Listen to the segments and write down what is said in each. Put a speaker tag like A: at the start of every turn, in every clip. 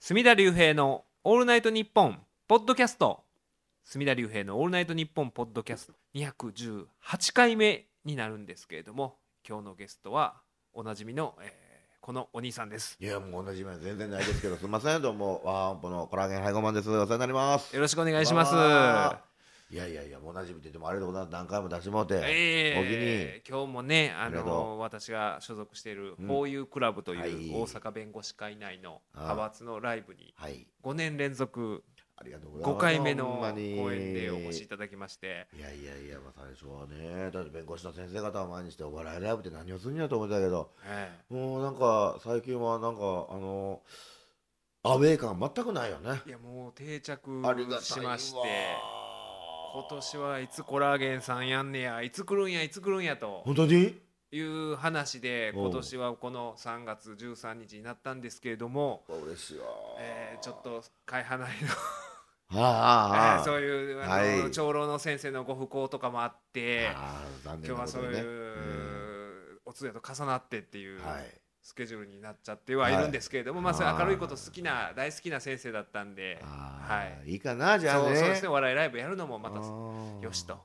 A: 隅田隆平の「オールナイトニッポン」ポッドキャスト隅田隆平の「オールナイトニッポン」ポッドキャスト218回目になるんですけれども今日のゲストはおなじみの、えーこのお兄さんです
B: いやもう同じ目全然ないですけどすみませんどうもワーンポのコラーゲン配合マンですお世話になります
A: よろしくお願いします
B: わーいやいやいやもう同じみって言ってもありがとうございます何回も出してもらって、
A: えー今日もねあ
B: ありがと
A: の私が所属している
B: うん
A: 法友クラブと
B: はい
A: いう大阪弁護士会内の
B: あー
A: 派閥のライブに
B: お気にはい
A: 5年連続
B: ありがとうござい
A: 5
B: ます
A: 回目の
B: ほんまに
A: 公演でお越しいただきまして
B: いやいやいや、まあ、最初はねだって弁護士の先生方を前にしてお笑いライブって何をするんやと思ってたけど
A: え
B: もうなんか最近はなんかあのアウェー感全くないよね
A: えいやもう定着
B: ありがたい
A: しまして
B: わ
A: 今年はいつコラーゲンさんやんねやいつ来るんやいつ来るんやと
B: 本当に
A: いう話で
B: おう
A: 今年はこの3月13日になったんですけれども、
B: 嬉しいわ
A: えーちょっと会派内の
B: ああああ、
A: えー そういうあの、
B: はい
A: 長老の先生のご不幸とかもあって
B: あー残念
A: 今日
B: な
A: はそう
B: ことに
A: い
B: ね
A: う、お通夜と重なってっていう
B: うんはい
A: スケジュールになっちゃってはいるんですけれども、
B: はい
A: まあそういう
B: あー
A: 明るいこと好きな大好きな先生だったんで、は
B: あ
A: い
B: ー、いいかなじゃあ
A: そう
B: ね
A: そうですねお笑いライブやるのもまた
B: あー
A: よしと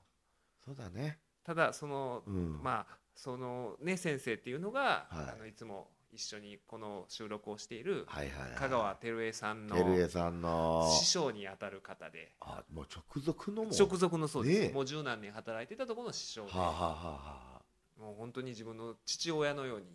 B: そうだね
A: ただその、
B: うん
A: まあそのね先生っていうのが、
B: はい
A: あのいつも一緒にこの収録をしている
B: はいはいはい
A: 香川照江さんの
B: 照江さんの
A: 師匠にあたる方で
B: あもう直属のもう
A: 直属のそうです、
B: ねえ
A: もう十何年働いてたところの師匠で、
B: はあ、はあはあは
A: もう本当に自分の父親のように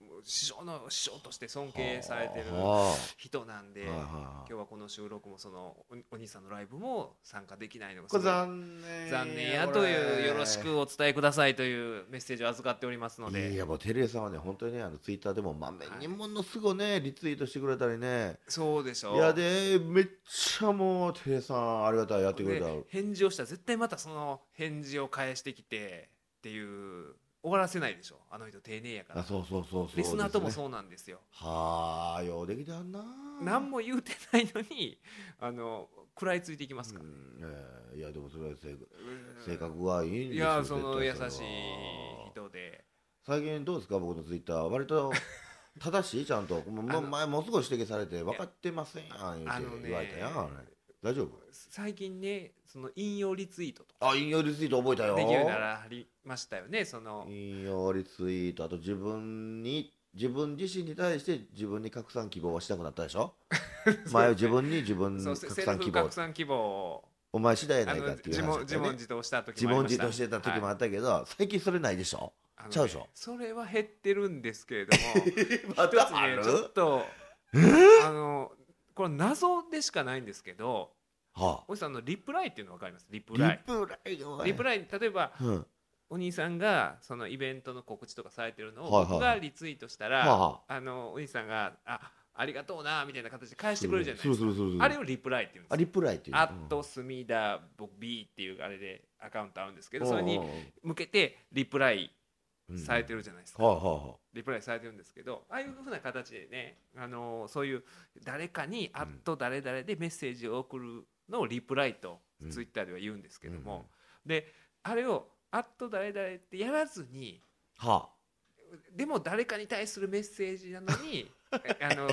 A: もう師匠の師匠として尊敬
B: あ、
A: されてる
B: は
A: 人なん
B: あ
A: で、
B: はいは
A: 今
B: いはい
A: 日はこの収録もそのおお兄さんのライブも参加できないのが
B: これ
A: すごい
B: 残念
A: 残念やというよろしくお伝えくださいというメッセージを預かっておりますの
B: い
A: で
B: やもう照江さんはね本当にねあのツイッターでもまめにものすごいねリツイートしてくれたりね
A: そうでしょ
B: いやでめっちゃもう照江さんありがたいやってくれた
A: で返事をしたら絶対またその返事を返してきてっていう終わらせないでしょあの人丁寧やから
B: あそうそうそうそう
A: リスナーとも
B: う
A: そうなんですよ
B: はあようできたな
A: 何も言うてないのにあの食らいついていきます
B: う
A: から、
B: んえーいやでもそれは性格
A: うん
B: 性格がいいん
A: い
B: ですよ
A: やその優し
B: 絶対
A: い
B: それは
A: 人で
B: 最近どうですか僕のツイッター 割と正しいちゃんともう
A: あの
B: もう前もうすぐ指摘されて分かってませんやん
A: あ
B: 言
A: の
B: う
A: ね
B: て言われたやんあれ大丈夫
A: 最近ねその引用リツイートとか
B: あ引用リツイート覚えたよ
A: できるようにならりましたよねその
B: 引用リツイートあと自分に自分自身に対して自分に拡散希望はしなくなったで しょ前自分に自分に
A: そう
B: 拡
A: セセル
B: 散希
A: フ
B: 望
A: 拡散希望を
B: お前次第や
A: あ
B: ないか
A: の
B: っていう
A: 自
B: 話
A: 問
B: だった
A: 自
B: よね
A: 問自答した時
B: 自
A: もあり
B: 問
A: まし
B: 自
A: た
B: 答してた時も
A: は
B: あ
A: い
B: ったけど、最近それないでしょ
A: あのね
B: ちゃうでしょ
A: それは減ってるんですけれど も一
B: ま
A: つねちょっとあのこれ謎でしかないんですけど
B: は
A: おじさんのリプライっていうの分かりますリ
B: あ、
A: プライ
B: プライが
A: リプライ例えば
B: うん、は
A: お兄さんがそのイベントの告知とかされてるのを
B: はいはい
A: 僕がリツイートした
B: あ、
A: ら
B: は
A: あのお兄さんが「あありがとうな」みたいな形で返
B: あ、
A: してくれるじゃない
B: す
A: で
B: る
A: す
B: す
A: か
B: るするする
A: あれをリプライって言うん
B: あ
A: です
B: リプライっていう
A: アットスミダ僕 B っていうあれでアカウントあるんですけどそれに向けてリプライされて
B: る、
A: るじゃないです
B: うんは
A: か
B: あは
A: リプライされてるんですけどああいうふうな形でねあのそういう誰かに「アット誰々」でメッセージを送るのをリプライと
B: うん
A: ツイッターでは言うんですけど
B: うんう
A: も
B: ん
A: であれを「アット誰々」ってやらずに
B: あは
A: でも誰かに対するメッセージなの にえあの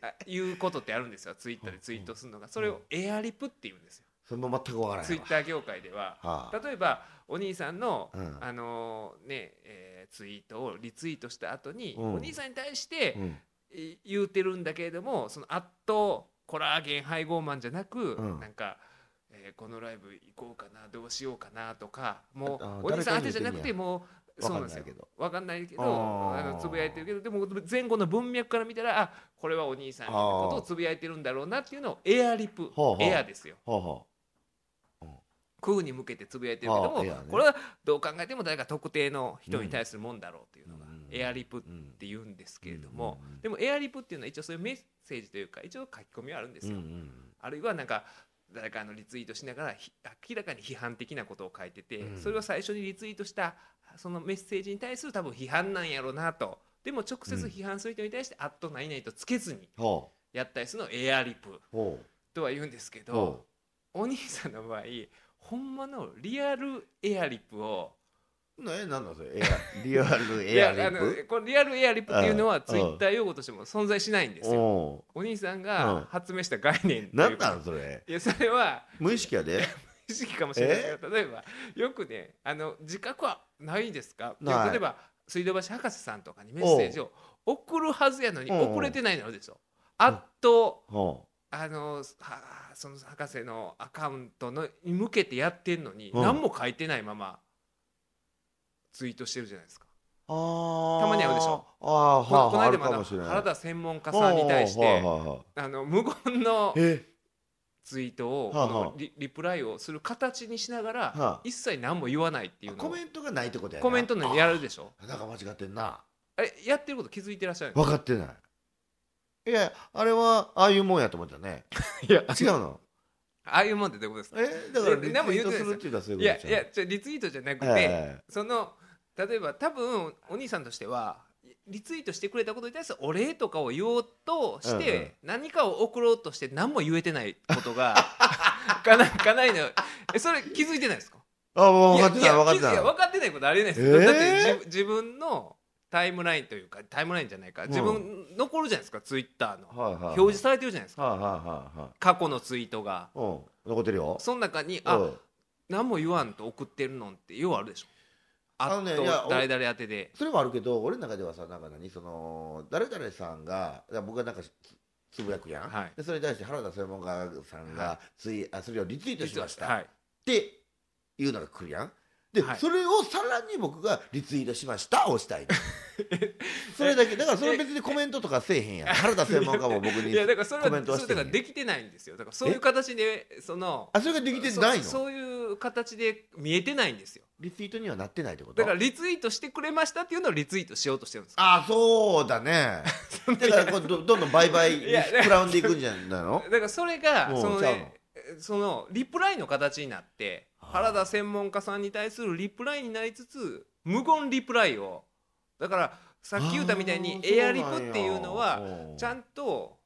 A: あ言うことってあるんですよツイッターでツイートするのがそれをエアリプって言うんですよ
B: あ、それも全くわからない
A: ツイッター業界では
B: はあ、
A: 例えばお兄さんの、
B: うん
A: あのねえーツイートをリツイートした後に、
B: うん
A: お兄さんに対して
B: うん
A: い言うてるんだけれどもその「アットコラーゲン配合マン」じゃなく、
B: うん
A: なんか、えーこのライブ行こうかなどうしようかな」とかも
B: あ
A: うお兄さん宛
B: 誰かに言
A: て
B: う
A: じ
B: て
A: ゃ
B: んねや
A: なくてもう
B: わ
A: そう
B: か
A: なん
B: ん
A: です
B: ない
A: よ
B: けど
A: わかんないけど
B: あ
A: あ
B: ー
A: のつぶやいてるけどでも前後の文脈から見たらあこれはお兄さんのことをつぶやいてるんだろうなっていうのをエアリプ
B: ほうほう
A: エアですよ
B: はあ、は
A: 空に向けてつぶやいてるけど
B: あ
A: も、
B: あエアね
A: これはどう考えても誰か特定の人に対するもんだろうというのが、
B: うん
A: エアリプっ
B: あ、うん
A: て言うんですけれども、
B: うん
A: でもエアリプっていうのは一応そういうメッセージというか一応書き込みはあるんです
B: うん
A: よ、
B: うん
A: あるいはなんか誰かのリツイートしながらひ明らかに批判的なことを書いてて、
B: うん
A: それを最初にリツイートしたそのメッセージに対する多分批判なんやろうなとでも直接批判する人に対して「あっとないない」とつけずに
B: は
A: やったりするのをエアリプ
B: あ、ほ
A: とは言うんですけ
B: う
A: ど。
B: ほ
A: お兄さんの場合ほんまのリアルエアリップを
B: ねなんだそれエアリアル
A: い
B: エ
A: や
B: アリ
A: あ
B: ッ
A: の
B: プ
A: このリアルエアリップっていうの
B: う
A: は
B: ん
A: ツイッター用語としても存在しないんですよ
B: お
A: お兄さん
B: うん
A: が発明した概念
B: うな
A: っていう
B: ん
A: か
B: なんそれ
A: いやそれは
B: 無意識 やで
A: 意識かもしれないですけど例えばよくねあの自覚はないですかで
B: ない
A: 例えば水道橋博士さんとかにメッセージを送るはずやのに
B: うんうん
A: 送れてないのですよあと
B: ほ
A: あのはその博士のアカウントのに向けてやってんのに、
B: うん
A: 何も書いてないままツイートしてるじゃないですか。
B: うあー
A: たまに会うでしょ
B: ああ
A: このこの
B: はあ
A: 間
B: る
A: ま
B: か
A: だ
B: もしれない
A: 原田専門家さんに対し
B: はいは
A: て
B: いはい
A: あの無言の
B: え
A: ツイートをこ
B: はあはあ
A: のリリプライをする形にしなが
B: はあ
A: ら一切何も言わないっていう
B: コ
A: のを
B: メントがないってことやな
A: コメントのやるでしょ
B: あなんか間違ってんな
A: えやってること気づいてらっ しゃるんで
B: 分かってないいやあれはああいうもんやと思ったね
A: すかいや
B: 違うの
A: ああいうもんってどういうことですか
B: えだから
A: いや
B: リ
A: 何も
B: ツイ
A: 言
B: ー
A: うてな
B: ト
A: いですよ
B: するっていうのはそうい
A: い
B: うこと
A: や
B: でしょ
A: いやちょリツイートじゃなくて、
B: はいはいはい
A: その例えば多分お兄さんとしてはリツイートしてくれたことに対するお礼とかを言おうとして、
B: うんうん
A: 何かを送ろうとして何も言えてないことがかな かないのえそれ気づいてないですか
B: あもう分かってない
A: や
B: 分
A: や
B: かって
A: 気づいや
B: な
A: 分かってないことありえないです、
B: えー
A: だってじ自分のタイムラインというかタイムラインじゃないか自分、
B: う
A: 残るじゃないですかツイッターの、
B: いはいはい
A: 表示されてるじゃないですか
B: はいはいはいはい
A: 過去のツイートが
B: うん残ってるよ
A: その中にあ、
B: うん
A: 何も言わんと送ってるのんってようあるでしょ
B: あ
A: あ
B: のね
A: と
B: いや
A: 誰々宛てで
B: それはあるけど俺の中ではさなんか何その誰々さんがだから僕がなんかつつぶやくやん、
A: はい
B: でそれに対して原田専門家さんが
A: は
B: つい、あそれをリツイートしました、
A: は
B: っ
A: い
B: ていうのが来るやんで、
A: はい
B: それをさらに僕がリツイートしました をしたいそれだけだからそれ別にコメントとかせえへんやん原田専門家も僕に
A: いやだからそれは
B: コメントは
A: そ
B: し
A: う
B: て
A: だ
B: へん
A: からできてないんですよだからそういう形でその
B: あそれができてないの
A: そそういう形で見えてないんですよ
B: リツイートにはなってないってこと
A: だからリツイートしてくれましたっていうのをリツイートしようとしてるんです
B: あそう だねだからこうどどんどん売買に
A: いや
B: 膨らんでいくんじゃないの
A: だからそれが
B: うん
A: その,、
B: ちゃうの
A: ね、そのリプライの形になって
B: あー
A: 原田専門家さんに対するリプライになりつつ無言リプライをだからさっき言ったみたいに
B: あー
A: エアリプっていうの
B: そう
A: は
B: なんや
A: ちゃんと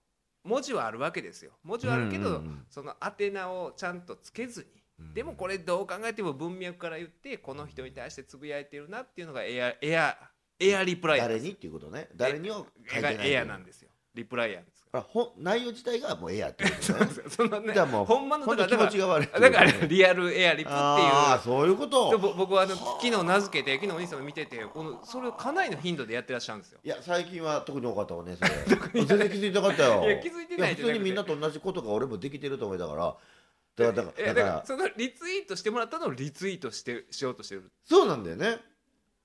A: 文字はあるわけですよ文字はあるけど、
B: うんうんうん
A: その宛名をちゃんとつけずに。
B: うん
A: でもこれどう考えても文脈から言ってこの人に対してつぶやいてるなっていうのがエアエアエアリプライ
B: 誰にっていうことね誰にを書いて
A: が
B: ない
A: エアなんですよ リプライヤーです
B: あほ内容自体がもうエアっていうこと
A: そう
B: ね
A: ですよそのね
B: じゃあもう
A: ほんまの
B: ほんと
A: だか
B: 気
A: ら
B: 持ちが悪いっていう
A: だ
B: ことね
A: からリアルエアリップ
B: ああ
A: っ
B: そういう
A: て
B: こ
A: いう
B: と
A: ぼ僕はあの昨日名付けて昨日お兄さんも見ててこのそれをかなりの頻度でやってらっしゃるんですよ
B: いや最近は特に多かったわねそ れ全然気づいてなかったよ
A: いや気づいてない
B: や
A: じゃなく
B: 普通
A: て
B: にみんなと同じことが俺もできてると思いだからだからだ
A: い
B: から
A: や
B: だか
A: だから
B: ら
A: そのリツイートしてもらったのをリツイートしてしようとしてる
B: そうなんだよねだか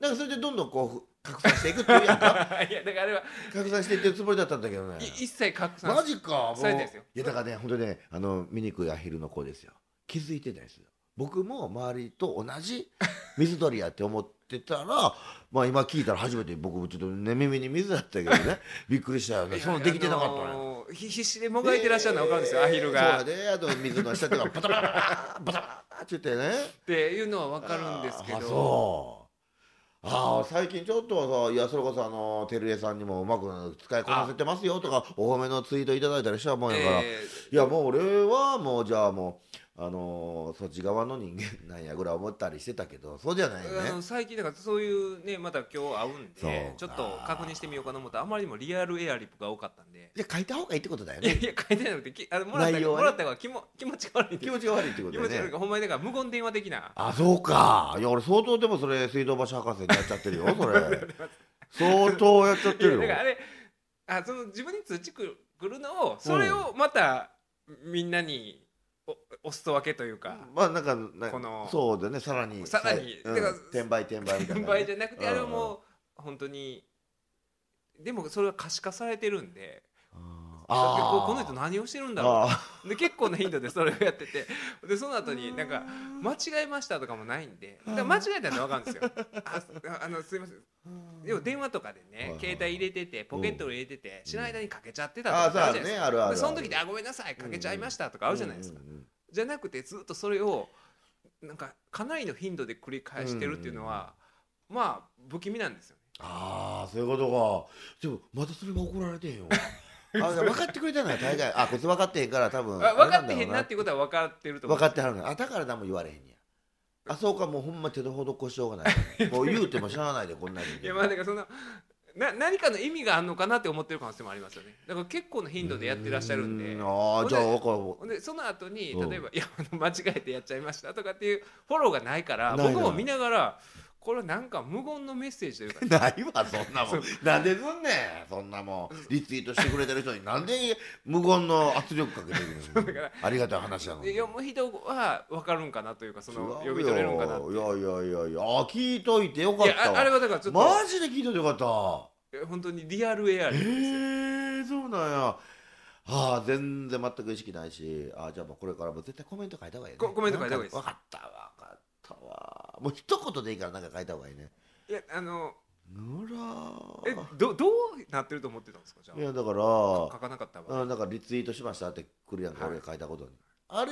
B: らそれでどんどんこうふ拡散していくっていうやんか
A: いやだからあれは
B: 拡散していってるつもりだったんだけどね
A: い一切拡散
B: マジかもう
A: されてないですよ
B: いやだからね本当ねあの醜いアヒルの子ですよ気づいてないですよ僕も周りと 同じ水鳥やって思ってたらまあ今聞いたら初めて僕もちょっと寝耳に水だったけど ねびっくりしたよねそのできてなかった
A: あ
B: ね
A: のーひ必死でもがいてらっしゃるのは分かるんですよ、アヒルが。
B: そ
A: っ
B: うだねあと水の下とかパタパタパタパタって言ってね
A: ていうのは分かるんですけ
B: あ
A: ど
B: そうああ最近ちょっとさいやそれこそあの照江さんにもうまく使いこなせてますよとかお褒めのツイートいただいたりしたもんやから、
A: え
B: いやもう俺はもうじゃあもうあのーそっち側の人間なんやぐらい思ったりしてたけどそうじゃないよ
A: ーあの
B: ね
A: 最近だからそういうねまた今日会うんでち
B: そ
A: ょ
B: う
A: っ
B: か
A: と確認してみようかなと思ったらあまりにもリアルエアリップが多かったんで
B: じゃあ書いた方がいいってことだよ
A: いや
B: ね
A: いや書いてなくてきあのもらった
B: 内容はね
A: もらったが気も気持ちが悪いんで
B: 気
A: す
B: 持ちが悪いってこと
A: 気
B: だよ
A: 持ち悪いか
B: ね
A: らほんまにだから無言電話的な
B: あそうかいや俺相当でもそれ水道橋博士にやっちゃって るよそれ相当やっちゃっ
A: い
B: て
A: や
B: る
A: だからあ
B: よ
A: れあその自分に通知くるのをそれをまたみんなにおおすそ分けというか
B: まあなんかな
A: この
B: そうだねさらに
A: さらに
B: うん
A: だから
B: 転売転売 みたいなね、
A: 転売じゃなくてあれは
B: うんうん
A: もう本当にでもそれは可視化されてるんでだって
B: あ
A: こ
B: ー
A: うこの人何をしてるんだろ
B: あー
A: うで結構な頻度でそれをやっててでその後になんか間違えましたとかもないんでだから間違えたら分かるんですよああのすいませんでも電話とかで
B: はい
A: ね
B: はい
A: 携帯入れててポケットに入れてて知らない間にかけちゃってた
B: あ
A: と
B: そう
A: か
B: あ
A: るじ
B: る
A: ゃない
B: ね
A: ですか
B: あるある
A: でその時で「あごめんなさいかけちゃいました」とかあるじゃないですか
B: うんうんうん
A: じゃなくてずっとそれをなんかかなりの頻度で繰り返してるっていうのはまあ不気味なんですよね
B: ああそういうことかでもまたそれは怒られてへんよ あ分かってくれたのよ大概あこいつ分かってへんから多分
A: あ分かってへんなってていうことは分かってると思う
B: 分かってはるのよあだから何も言われへんねやあそうかもうほんま手の施しよう がないもう言うても知らないでこんなに
A: いやまあだからそんなな何かの意味があるのかなって思ってる可能性もありますよねだから結構な頻度でやってらっしゃるんで
B: うーああじゃあ分かる
A: ほんでその後に
B: うん
A: 例えば「いやあの間違えてやっちゃいました」とかっていうフォローがないから
B: ないな
A: 僕も見ながらこれなんか無言のメッセージというか
B: ないわそんなも
A: そ
B: んなんですんねんそんなもんリツイートしてくれてる人になんで無言の圧力かけてく
A: だ
B: る
A: か
B: の
A: ら
B: ありがたい話なの
A: で
B: に
A: 読む人は分かるんかなというかそ
B: 違う
A: の
B: よ
A: 読み取れるんかなって
B: いやいやいやいやあ聞いといてよかっ
A: い
B: た
A: や
B: わ
A: ああれはだからちょっと
B: マジで聞いといてよかった
A: 本当にリアルエア
B: え
A: リーですよ
B: ー、そうなんや。ああ、全然全く意識ないし、ああ、じゃあもうこれからも絶対コメント書いた方がいいね。
A: ココメント書いた方がいいです
B: わかったわ、わかったわ。もう一言でいいからなんか書いた方がいいね。
A: いやあの
B: ぬら
A: え
B: ー。
A: どどうなってると思ってたんですかじゃ
B: いや、だか
A: あ書
B: ら、
A: かなかったわ
B: うん、なんかリツイートしましたって来るやんか、
A: はい
B: 俺が書いたことに。あれ、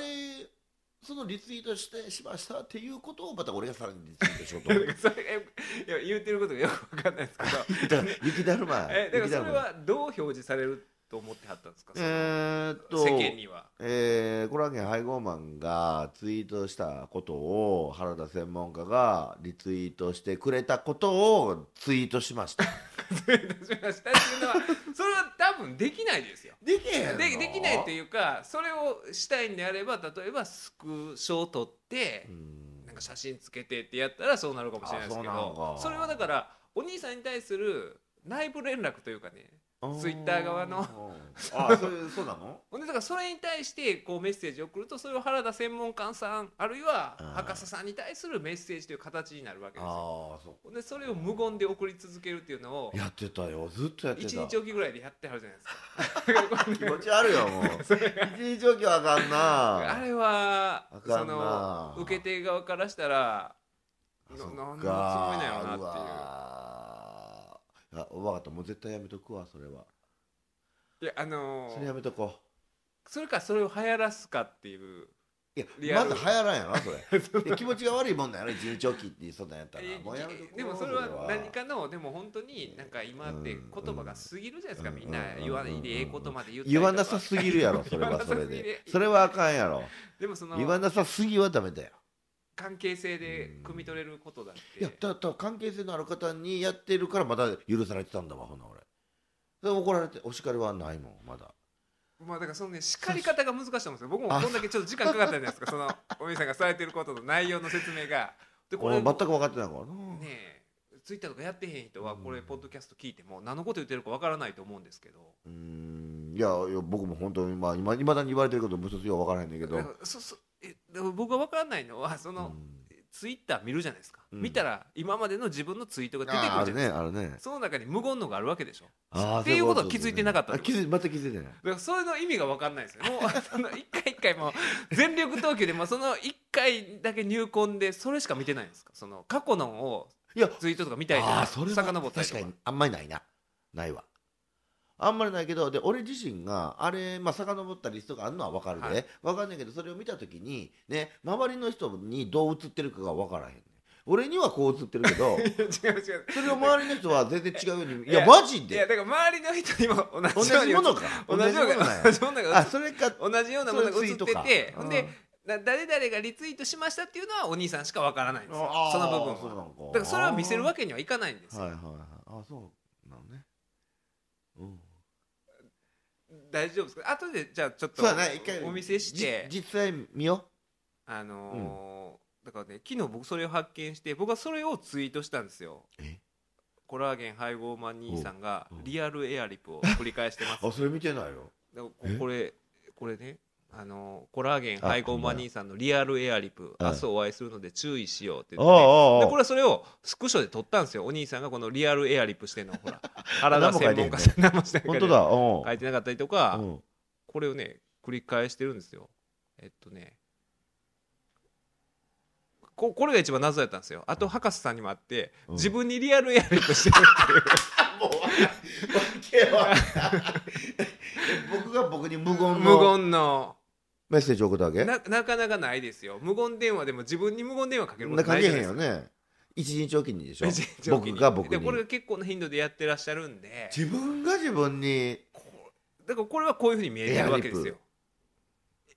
B: そのリツイートしてしましたっていうことをまた俺がさらにリツイートしようと
A: いや
B: 思
A: だからそ
B: う
A: れがいや言ってることがよく分かんないですけど
B: だから雪だるまや。
A: えだから
B: 雪
A: そ
B: だる
A: れ
B: まや。
A: はどう表示されると思ってはったんですかその
B: えーっと。
A: 世間には
B: えー、コラーゲン配合マンがツイートしたことを原田専門家がリツイートしてくれたことをツイートしました
A: それ出しましたっていうのはそれは多分できない ですよ
B: できへ
A: でできないと
B: いう
A: いうかそれをしたいんであれば例えばスクショを撮って
B: ん
A: なんか写真つけてってやったらそうなるかもしれないですけ
B: あそうなの
A: ど
B: か
A: それはだからお兄さんに対する内部連絡というかねツイッター側の
B: あーあーそういうそうなの
A: ほんでだから それに対してこうメッセージを送るとそれを原田専門官さんあるいは
B: あー
A: 博士さんに対するメッセージという形になるわけですよ
B: ああそ
A: ほんでそれを無言で送り続けるっていうのを
B: うやってたよずっとやってた
A: 1日おきぐらいでやってはるじゃないですか
B: 気持ちある よもう一日おきはあかんな
A: あれは
B: あか
A: そ
B: んな
A: の受け手側からしたら
B: あ
A: な
B: そっ
A: なんのつも
B: か
A: りなんやろなっていう
B: うわーあ分かったもう絶対やめとくわそれはい
A: やあのー
B: それやめとこう
A: それかそれを流行らすかっていう
B: いや
A: リアル
B: まず流行らんやろそ れいや気持ちが悪いもんだよね重長期ってそんなんやったらもうやめとこう
A: でもそれは何かのでも本当になんか今って言葉が過ぎるじゃないですか、
B: うん
A: みんな言わないでええことまで言ったりと
B: 言
A: か
B: わなさすぎるやろそ れ
A: 言わ
B: は
A: な
B: そ
A: さ
B: れ
A: すぎる
B: でそれはあかんやろ
A: でもその
B: 言わなさすぎはダメだよ
A: 関係性で汲み取れることだっ
B: い
A: て、
B: やだだ関係性のある方にやってるからまだ許されてたんだわほな俺で怒られてお叱りはないもんまだ
A: まあだからそのね叱り方が難しいと思うんですよ僕もこんだけちょっと時間かかったじゃないですかそのお兄さんがされてることの内容の説明がでこ
B: 俺
A: れ
B: 全
A: ね
B: く分かってないからな
A: えツイッターとかやってへん人はこれ
B: うん
A: ポッドキャスト聞いても何のこと言ってるかわからないと思うんですけど
B: うーんいやいや僕も本当にまあいま未だに言われてることも一つよう分からへんねんけど
A: だからそそえでも僕がわからないのはその、
B: うん
A: ツイッター見るじゃないですか、
B: うん
A: 見たら今までの自分のツイートが出てくるじゃ
B: あ
A: な
B: あ
A: いで
B: る
A: すか、
B: ねあるね
A: その中に無言のがあるわけで しょ
B: あー
A: っていうことは気づいてなかった
B: あ気づい全く気づいてない
A: だからそれの意味が分かんないですよもうその一回一回もう全力投球でもうその一回だけ入魂でそれしか見てないんですかその過去のを
B: いや
A: ツイートとか見たりと
B: あ
A: か
B: ーそれは
A: 遡ったり
B: 確
A: とか
B: かにあんまりないなないわあんまりないけどで俺自身があれまあ遡ったリストがあるのは分かるで、
A: はい
B: 分かんないけどそれを見た時にね周りの人にどう映ってるかが分からへんね俺にはこう映ってるけ
A: 違
B: ど
A: う違う
B: それを周りの人は全然違うようにい
A: い
B: や
A: や
B: マジ
A: いや
B: で
A: だから周りの人にも
B: 同
A: 同じよう
B: じ
A: に
B: ものか
A: 同じような
B: 同なん
A: 同
B: や
A: じような
B: あ
A: が
B: それか
A: 同じようなものが
B: それ
A: 映
B: ツ
A: っ
B: イート
A: て
B: か
A: て
B: うん
A: ほんでな誰々がリツイートしましたっていうのはお兄さんしかわからないんですよ
B: あー
A: その部分は
B: そうなのか
A: だからそれは見せるわけにはいかないんですよ、
B: はいはいはいあそうなのねうん
A: 大丈夫ですか後でじゃあちょっと
B: そうだな一回
A: お見せして
B: じ実際見よ
A: あのーだからね昨日僕それを発見して僕はそれをツイートしたんですよ
B: え
A: コラーゲン配合マン兄さんが
B: うんうん
A: リアルエアリプを繰り返して ます
B: うあそれ見てないよ
A: でもこ
B: え
A: これこれねあのーコラーゲン配合マン兄さんのリアルエアリプ
B: うん
A: 明日お会いするので注意しようって
B: あ
A: 言
B: あ
A: って、
B: ああ
A: でこれはそれをスクショで撮ったんですよお兄さんがこのリアルエアリプしてんのほ ら原田専門家さん何もしてない
B: 本当だうん
A: 書いてなかったりとか、
B: うん
A: これをね繰り返してるんですよえっとねここれが一番謎やったんですよあと博士さんにもあって、
B: うん
A: 自分にリアルエアリップしてる っていう
B: もうわけわから ん僕が僕に無言の
A: 無言の
B: メッセージ送ったわけ
A: ななかなかないですよ無言電話でも自分に無言電話かけるこ
B: な
A: と
B: んか
A: ない
B: 見
A: じ
B: え
A: ゃないです
B: へんよ
A: か
B: ね一日おきに でしょ
A: 一日おき
B: 僕
A: に
B: が僕
A: でこれ
B: に
A: が結構な頻度でやってらっしゃるんで
B: 自分が自分に
A: だからこれはこういうふうに見えてるわけですよ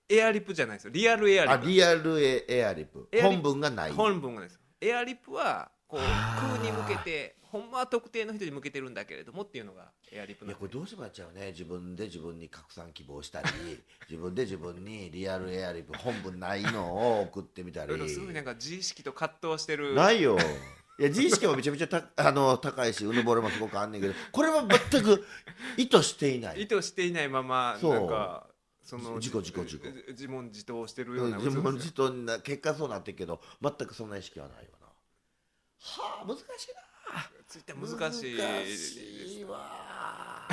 A: エアリップじゃないですよリアルエアリ
B: あ
A: ップ
B: リアルエエアリップ
A: エアリップ
B: 本文がない
A: 本文がですエアリップはこう
B: あー
A: 空に向けてほんまは特定の人に向けてるんだけれどもっていうのがエアリップ
B: い
A: な
B: や
A: ん
B: こ
A: で
B: れどうしてもやっちゃうね自分で自分に拡散希望したり自分で自分にリアルエアリップ本文ないのを送ってみた
A: いろいろ
B: り
A: すごいなんか自意識と葛藤してる
B: ないよいや自意識もめちゃめちゃた あの高いしうぬぼれもすごくあんねんけどこれは全く意図していない
A: 意図していないまま
B: そう
A: なんかその
B: 自己自己自己
A: 自問自答してるような
B: 自
A: 渦
B: 問
A: です
B: 自
A: よ
B: 答にな結果そうなってるけど全くそんな意識はないよなはあ難しい
A: ツイッタ
B: な
A: ー難しい
B: 難
A: です
B: しいわ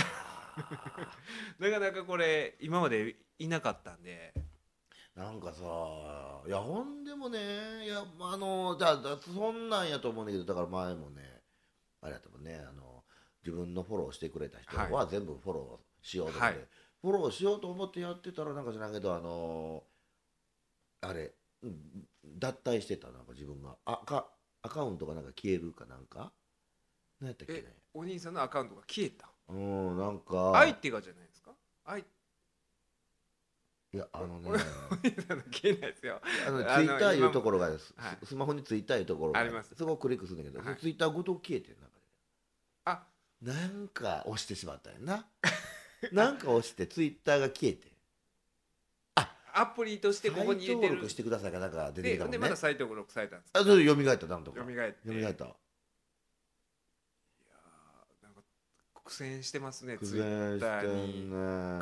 A: なかなかこれ今までいなかったんで
B: なんかさいやほんでもねいやまああのだだそんなんやと思うんだけどだから前もねあれやったもんねあの自分のフォローしてくれた人は全部フォローしようと思って、
A: はい
B: フォローしようと思ってやってたらなんか知らんけどあのあれうん脱退してたなんか自分があかアカウントがなんか消えるかなんか何やったっけね
A: えお兄さんのアカウントが消えた
B: うんなんか
A: 相手がじゃないですか相
B: いやあのね
A: お手さんの消えないですよ
B: あの
A: あの
B: ツイッターいうところがです、
A: 今もはい
B: ススマホにツイッターいうところが
A: あります
B: そこをクリックするんだけど、
A: はい
B: ツイッターごと消えてる
A: あ
B: 中でなんか押してしまったんや ななんか押してツイッターが消えて
A: アプリとしてここに入れて
B: 登
A: る
B: 録してくださいがなんか出て
A: で
B: きたもん
A: で
B: ね
A: また再登録されたんです
B: あ
A: か
B: それよみがえったなんとか
A: 蘇
B: よ
A: って蘇
B: みがえった
A: なんか苦戦してますね
B: 苦
A: ツイッ
B: 戦してんね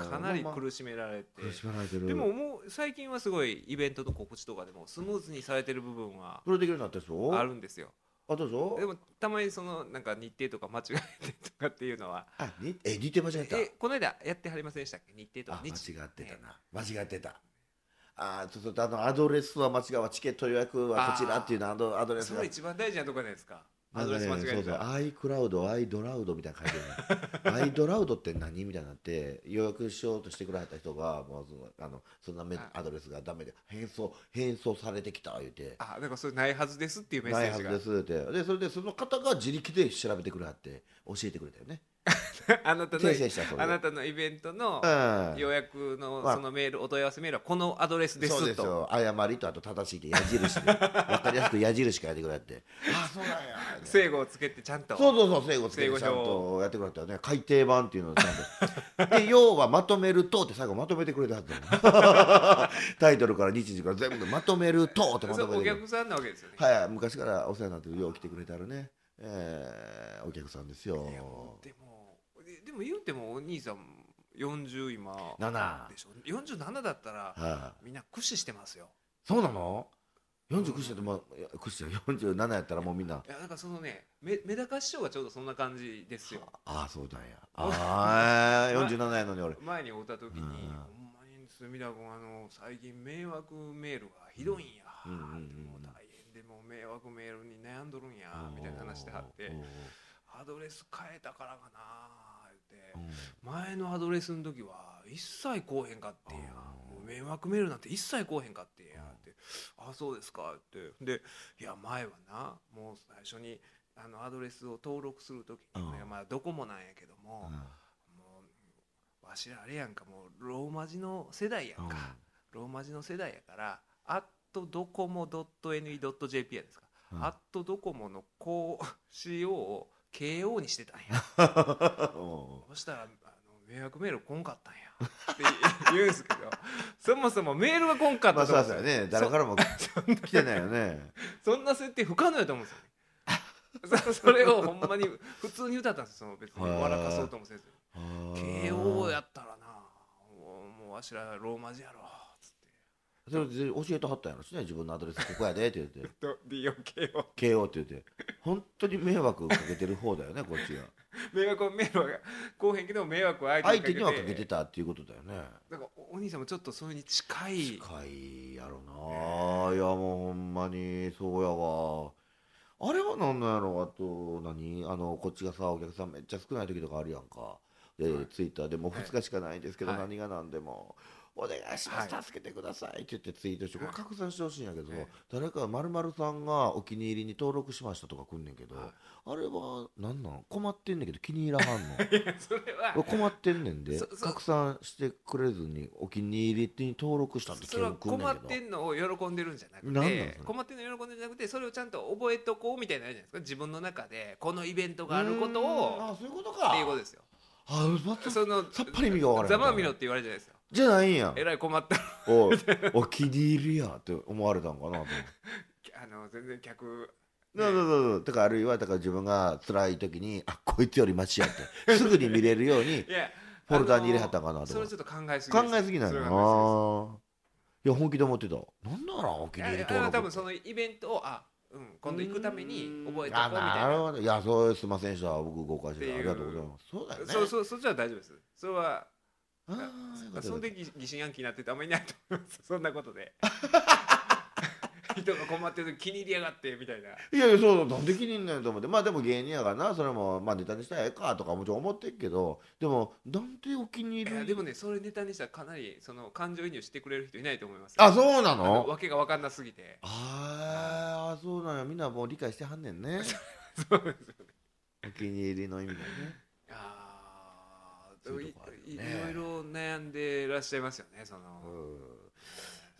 A: ターかなり
B: まあまあ
A: 苦しめられて、
B: 苦しめられてる
A: でももう最近はすごいイベントの告知とかでもスムーズにされてる部分は
B: それできるようになったでしょ
A: あるんですよ
B: あとでしょ
A: でもたまにそのなんか日程とか間違えてとかっていうのは
B: あにえ似て間違えた
A: えこの間やってはりませんでしたっけ日程と
B: あ
A: か
B: 間違
A: 日
B: ってたな間違ってたあーちょっとあのアドレスは間違うチケット予約はこちらっていうのアドアドレス
A: そ
B: が
A: れ一番大事なとこじゃないですかア
B: なん
A: ド
B: か
A: レ
B: ね
A: ス間違え
B: そ
A: て
B: うそう
A: たら
B: iCloud、iDroud みたいなの書いてる の iDroud って何みたいになって予約しようとしてくれはった人がもうそのあのそんなメ
A: はい
B: アドレスがダメで返送返送されてきた言うて
A: あなんかそれないはずですっていうメッ
B: な
A: セ
B: い
A: ー
B: は
A: ジ
B: ず
A: が
B: ですってでそれでその方が自力で調べてくれはって教えてくれたよね
A: あなたの
B: 訂正したそれ
A: あ
B: で
A: なたのイベントの
B: うん
A: 予約の
B: まあ
A: そのメールお問い合わせメールはこのアドレスで
B: そう
A: す
B: です
A: と
B: よ誤りとあと正しいって矢印 で分かりやすく矢印変えてくれはってあそうなんや
A: 正語をつけてちゃんと
B: そうそうそう正語つ
A: 正
B: けて
A: 語
B: ちゃん
A: 表
B: とやってくれたよね改訂版っていうのをちゃん とで要はまとめるとって最後まとめてくれたはずだ よタイトルから日時から全部まとめるとってま
A: そ
B: と
A: うお
B: めてくれ
A: 客さんなわけですよね
B: たはい昔からお世話になってるよう来てくれたらねえーお客さんです
A: いやも
B: よ
A: うでもででも言うてもお兄さん40今
B: 7
A: でしょ47だったら
B: はい
A: みんな駆使してますよ
B: そうなの49歳ってまあいや49歳47やったらもうみんない
A: やなんかそのねめメダカ師匠がちょうどそんな感じですよ
B: ああそう なんやああ47やのに俺
A: 前に会った時に「
B: う
A: ほ
B: ん
A: んまに隅田君あの最近迷惑メールがひどいんや」
B: うんうんうんうん
A: もう大変でもう迷惑メールに悩んどるんや」みたいな話してはっ
B: おー
A: て「アドレス変えたからかな」言って
B: おーうん
A: 前のアドレスの時は一切こうへんかってんや
B: うん
A: もう迷惑メールなんて一切こうへんかってんやって「あそうですか」ってでいや前はなもう最初にあのアドレスを登録する時
B: うん
A: に、まあどこもなんやけども、
B: うん
A: もうわしらあれやんかもうローマ字の世代やんか、ローマ字の世代やから「アットドコモ .ne.jp」やですか「
B: うん
A: アットドコモ」のこう CO を KO にしてたん や。
B: お
A: そしたらあの迷惑メール来んかったんやって言うんですけど そもそもメールが来んか
B: ー
A: っ
B: まあ
A: たと
B: そう
A: 思うん
B: で
A: です
B: すよ
A: よ
B: ね誰 からも来てないよね
A: そんな設定不可能やと思うんですよねそそれをほんまに普通に歌ったんですよその別に
B: へー
A: 笑かそうともせず慶応や
B: っ
A: ったらなもうもうわしらローマ字やろつっ
B: それで教えてはったんやろしね自分のアドレスここやでっ て言って
A: てと DOKO
B: k 応って言って本当に迷惑かけてる方だよねこっちが
A: 迷惑メールは来へんけど迷惑は相手にかけ
B: 相手
A: て
B: にはかけてたっていうことだよね
A: なんかおお兄さんもちょっとそれに近い
B: 近いやろな、いやもうほんまにそうやわあれはなんなんやろあと何あのこっちがさお客さんめっちゃ少ない時とかあるやんかえーツイッターでもう2日しかないんですけど、
A: はい
B: 何が何でも。お願いします、
A: はい
B: 助けてくださいって言ってツイートして、これ
A: はい
B: 拡散してほしいんやけど、
A: ええ
B: 誰かまるさんがお気に入りに登録しましたとか来んねんけど、
A: はい
B: あれは何なん困ってんねんけど気に入らはんの
A: いやそれは
B: 俺困ってんねんで
A: そそ
B: 拡散してくれずにお気に入りに登録したって
A: それは
B: 来んねんけど
A: 困ってんのを喜んでるんじゃなく
B: なんなん
A: て
B: それ
A: 困ってんのを喜んでるんじゃなくてそれをちゃんと覚えとこうみたいなのあるじゃないですか自分の中でこのイベントがあること
B: うーん
A: を
B: あそういうこと
A: っ
B: か
A: ていうことですよ
B: あまた
A: その
B: さっぱり意味がわからへん
A: ざまあみろって言われるじゃないですか
B: じゃないんや
A: えらい困った
B: おいお気に入りやって思われたんかなと思って
A: あの全然客
B: そうそうそうそうだからあるいはだから自分が辛い時にあこいつよりマシやってすぐに見れるように
A: いや
B: フォルダーに入れはったんかなと
A: それ
B: 思
A: は
B: って
A: ちょっと考えすぎ
B: 考
A: です
B: えすぎな
A: それは
B: のか
A: 考
B: ないや本気で思ってたなんだろうお
A: えす
B: 気
A: ぎです
B: に入り
A: いやいや
B: 登
A: 多
B: 録
A: 分そのイベントをあうん今度行くために覚えとこうみたい
B: あなる
A: な
B: ほどいやそうすいませんでした僕誤解して
A: ってい
B: た
A: う
B: ありがとうございますそうだよね
A: そうそうそっちは大丈夫ですそれは
B: あーよかった
A: その
B: よかっ
A: 時疑心暗鬼になっててあんまりいないと思いますそんなこと で人が困ってる時気に入りやがってみた いな
B: たいやいやそうそうなんで気に入んないと思ってまあでも芸人やからなそれもまあネタにしたらええかとかもちろん思ってるけどでもなんでお気に
A: い
B: 入
A: や
B: り
A: でもねそれネタにしたらかなりその感情移入してくれる人いないと思いますよ
B: あそうな
A: あの
B: の
A: わけが分かんなすぎて
B: ああそうなんやみんなもう理解してはんねんね
A: そうですよね
B: お気に入りの意味がね
A: あー
B: そうい
A: いう
B: とこあるよね
A: いいろいろ悩んでらっしゃいますよねその、
B: うん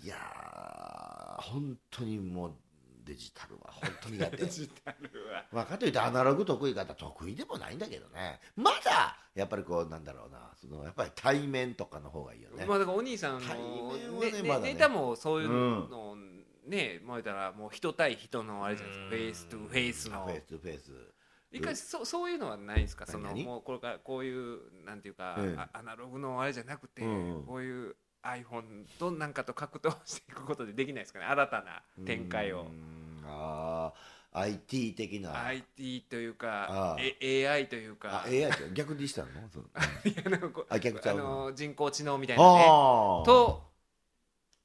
B: いやー本当にもうデジタルは本当に苦手
A: デジタルは
B: まあかといってアナログ得意方得意でもないんだけどねまだやっぱりこうなんだろうなそのやっぱり対面とかの方がいいよね
A: まあだからお兄さん
B: 対
A: の、
B: 面はね
A: ね
B: まだね
A: ネタもそういうのをね、まあ言ったらもう人対人のあれじゃないですか、フェイストゥフェイス
B: あ
A: の
B: フェイストゥフェイス
A: 一回そそういうのはないんですかその
B: 何々
A: もうこれからこういうなんていうか、
B: ええ
A: あアナログのあれじゃなくて、
B: うんうん
A: こういう iPhone となんかと格闘していくことでできないですかね新たな展開
B: う
A: を
B: ー。んあー IT 的な
A: IT という
B: あ
A: か
B: あ
A: え AI というか
B: あ AI って逆にしたのその
A: いやなんかこう
B: あ逆ちゃ
A: あ
B: うの
A: の人工知能みたいなね
B: あー
A: と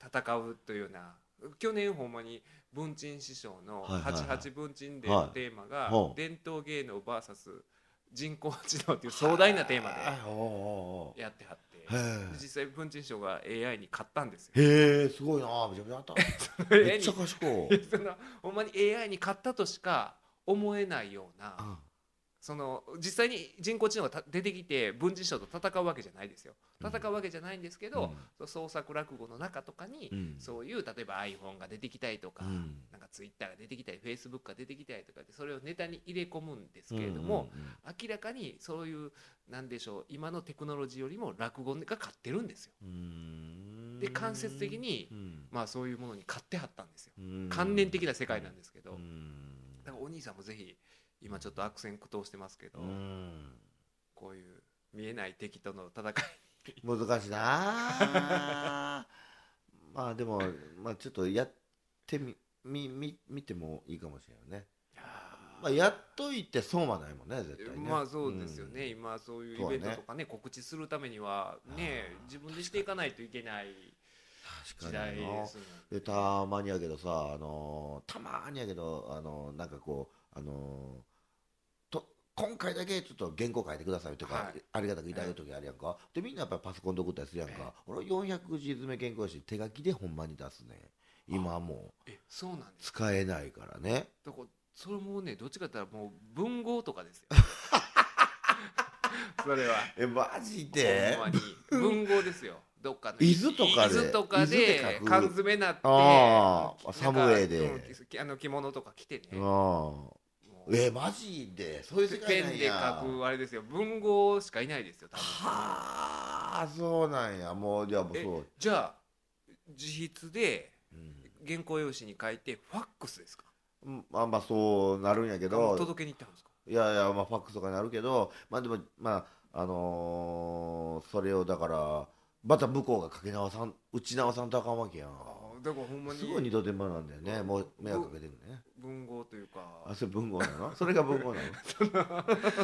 A: 戦うというような去年ほんまに文鎮師匠の
B: はいはいはい
A: 88文鎮で
B: はい
A: テーマが
B: ほう
A: 伝統芸能 VS 人工知能という壮大なテーマ
B: あーおうおうおう
A: でやってはって
B: へー
A: 実際文鎮師匠が AI に勝ったん ですよ。
B: へえすごいなめちゃめちゃあった めっちゃ賢い
A: そのほんまに AI に勝ったとしか思えないような。
B: うん
A: その実際に人工知能がた出てきて文人賞と戦うわけじゃないですよ戦うわけじゃないんですけど、そう創作落語の中とかに、
B: うん
A: そういう例えば iPhone が出てきたりとか、
B: うん
A: なんか Twitter が出てきたり Facebook が出てきたりとかでそれをネタに入れ込むんですけれども、
B: うんうんうん
A: 明らかにそういうなんでしょう今のテクノロジーよりも落語が勝ってるんですよ、
B: うーん
A: で間接的に
B: うん
A: まあそういうものに勝ってはったんですよ
B: うん
A: 関連的な世界なんですけど、
B: うん
A: だからお兄さんもぜひ今ちょっと悪戦苦闘してますけど、
B: うん
A: こういう見えない敵との戦い
B: 難しいな まあでもまあちょっとやってみみみ見てもいいかもしれないねまあやっといて損はないもんね絶対ね
A: まあそうですよね、
B: うん
A: 今そういう
B: そう
A: イ
B: だ
A: ベ
B: ね
A: ントとかね告知するためにはね
B: あー
A: 自分でしていかないといけない時
B: 確か
A: 代
B: に
A: で
B: な
A: すもん
B: でたまにやけどさ、あのーたまにやけど、あのーなんかこう、あのーと今回だけちょっと原稿書いてくださいとか、
A: はい
B: ありがたくいただく時あるやんか、でみんなやっぱパソコンで送ったりするやんか、
A: え
B: 俺は400字詰め原稿やし手書きでほんまに出すね今はもう
A: えそうなんです
B: 使えないからね
A: だからそれもねどっちかって言ったらもう文豪とかですよ それは
B: えマジ
A: ほんまに文豪ですよどっかの
B: 伊豆とかで
A: 伊豆とか
B: 伊豆で
A: で
B: 書く
A: 缶詰なって
B: あー
A: なんか
B: サムウェイで
A: うんきあの着物とか着てね
B: うん
A: もう
B: えマジでそういう世界
A: ペ
B: なんや
A: ンで書くあれですよ文豪しかいないですよ多分
B: はあそうなんやもうじゃあもう
A: え
B: そう、
A: じゃあ自筆で
B: うん
A: 原稿用紙に書いてファックスですか
B: うんまあまあそうなるんやけど
A: 届けに行ったんですか
B: いやいや、まあ、ファックスとかになるけど、まあでも、まあ、あのーそれをだから、また向こうがかけ直さん、打ち直さんとあかんわけやん。
A: あだからほんます
B: ご
A: に
B: い二度手間なんだよね、もう迷惑かけてるね。
A: 文豪という
B: あ、
A: か
B: それ文豪なのそれが 文豪な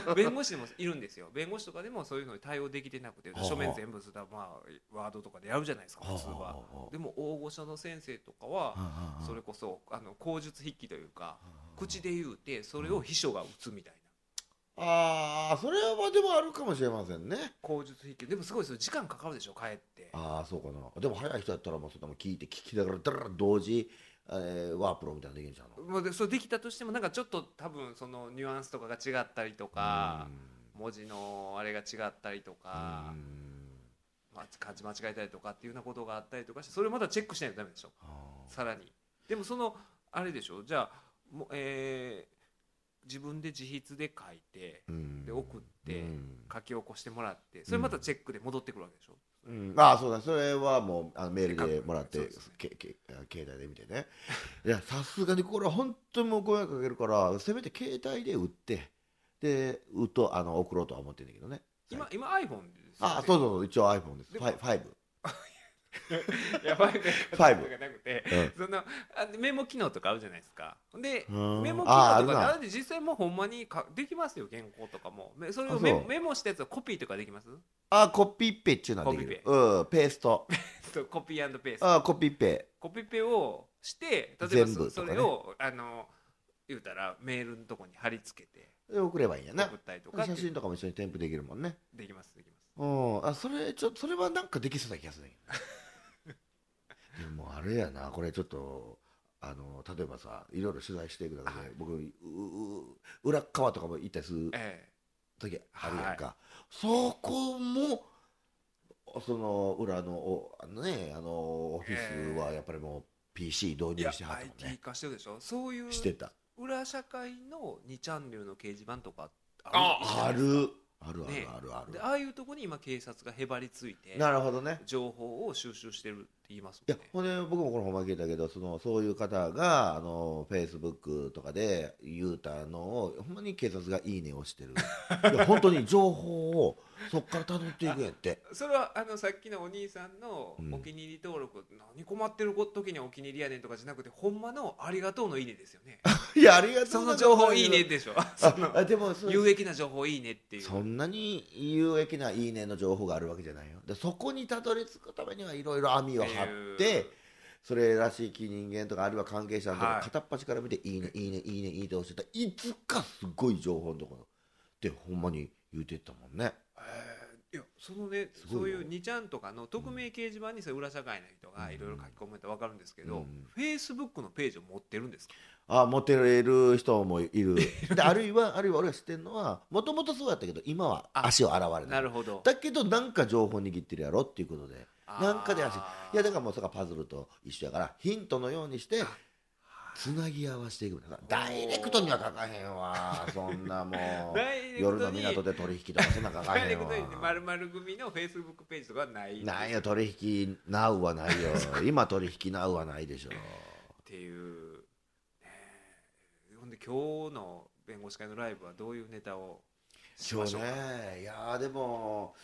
B: の
A: 弁護士もいるんですよ弁護士とかでもそういうのに対応できてなくて
B: はあはあ
A: 書面全部すらまあワードとかでやるじゃないですか普通
B: はあはあ
A: は
B: はあ
A: でも大御所の先生とかは
B: ああ
A: それこそあの口述筆記というか
B: ああ
A: 口で言うてそれを秘書が打つみたいな
B: ああそれはでもあるかもしれませんね
A: 口述筆記でもすごいですよ時間かかるでしょ帰って
B: ああそうかなでも早い人だったらもうそんなもん聞いて聞きながらだら同時、えーワープロみたいなのできるんちゃうの
A: まあでそうできたとしてもなんかちょっと多分そのニュアンスとかが違ったりとか文字のあれが違ったりとか
B: う、ん
A: まあ、漢字間違えたりとかっていうようなことがあったりとかしてそれまだチェックしないとダメでしょ
B: あー
A: さらにでもそのあれでしょじゃあもう、えー自分で自筆で書いて
B: うん
A: で送って
B: うん
A: 書き起こしてもらってそれまたチェックで戻ってくるわけでしょ、
B: うんああそうだそれはもうあのメールでもらっ
A: そう
B: て
A: ですね
B: けけあ携帯で見てねいやさすがにこれは本当にもう声かけるからせめて携帯で売ってで売っとあの送ろうとは思ってんだけどね
A: 今今 iPhone ですよね
B: あそうそうそう一応 iPhone です
A: で
B: フ
A: も
B: ァイファイブ
A: やばいね。
B: ファイブ
A: とかなくて、
B: うん
A: そのあメモ機能とかあるじゃないですか。で、
B: うん
A: メモ機
B: ああ
A: 能
B: る
A: とか
B: な
A: あるで実際もうほんまにかできますよ原稿とかも。めそれ
B: あ
A: を
B: そう
A: メメモしたやつをコピーとかできます？
B: あコピペっちゅうのはでき
A: コピ
B: る
A: ペ
B: うんペースト
A: そうコピーペースト。
B: あコピペ
A: コピペをして例えば
B: 全部
A: そ,、
B: とかね
A: れをあの言うたらメールのとこに貼り付けて
B: で送ればいいんやな
A: 送ったりとかって
B: 写真とかも一緒に添付できるもんね
A: できますできます。
B: うんあそれちょそれはなんかできそうな気 がするんやでもあれやなこれちょっとあの例えばさいろいろ取材していく中で、
A: はい
B: 僕うう裏側とかも行ったりする
A: え
B: 時あるやんか、そこもその裏のおあのねあのオフィスはやっぱりもう PC 導
A: えい
B: 入
A: や
B: してはったもん
A: IT
B: ね、
A: 化してるでしょ。そういう
B: してた
A: 裏社会の2チャンネルの掲示板とか
B: あ
A: あるじゃないですか
B: るあるあ
A: ね
B: るあるある、
A: でああいうとこに今警察がへばりついて
B: なるほどね
A: 情報を収集してるって言います
B: い
A: も
B: や
A: んね
B: ほんで僕もこの本番聞いたけどそのそういう方があのフェイスブックとかで言うたのをほんまに警察が「いいね」を してるいや本当に情報をそこから辿っていくんやって
A: それはあのさっきのお兄さんの
B: うん
A: お気に入り登録、何困ってる時にお気に入りやねんとかじゃなくてほんまのありがとうのいいねですよね
B: いやありがとう
A: そ
B: ござ
A: の
B: ます
A: 情報いいねでしょそ
B: あ
A: の
B: あでもそ
A: 有益な情報いいねっていう
B: そんなに有益な「いいね」の情報があるわけじゃないよでそこにたどり着くためにはいろいろ網を張っ
A: ってていう
B: それらしき人間とかあるいは関係者のとか、
A: はい
B: 片っ端から見て「いいねいいねいいねいいね」押してたらいつかすごい情報のところってほんまに言うてったもんね
A: えーいやそのね
B: す
A: そ
B: ご
A: う
B: い
A: い
B: よ
A: う2ちゃんとかの匿名掲示板にそういう裏社会の人がいろいろ書き込めて分かるんですけ
B: う
A: ど
B: ん
A: フェイスブックのページを持ってるんですか
B: あモテる人もい るであるいはあるいは俺が知ってるのはもともとそうやったけど今は足を洗われ
A: な
B: ない
A: るほど
B: だけどなんか情報握ってるやろっていうことでなんかで足いやだからもうそれがパズルと一緒やからヒントのようにしてつなぎ合わせていくんだからダイレクトには書かへんわそん なも
A: ダイレクト
B: う
A: に
B: 夜の港で取引とかそんなん書か
A: ダイ
B: へ
A: レ
B: ん
A: ク
B: わ
A: トにまるまる組のフェイスブックページとかはない
B: なん
A: っ
B: や取引なうはないよ今取引なうはないでしょ
A: ていう、ねえほんで今日の弁護士会のライブはどういうネタをし
B: そう
A: ましょうか
B: ねいやーでも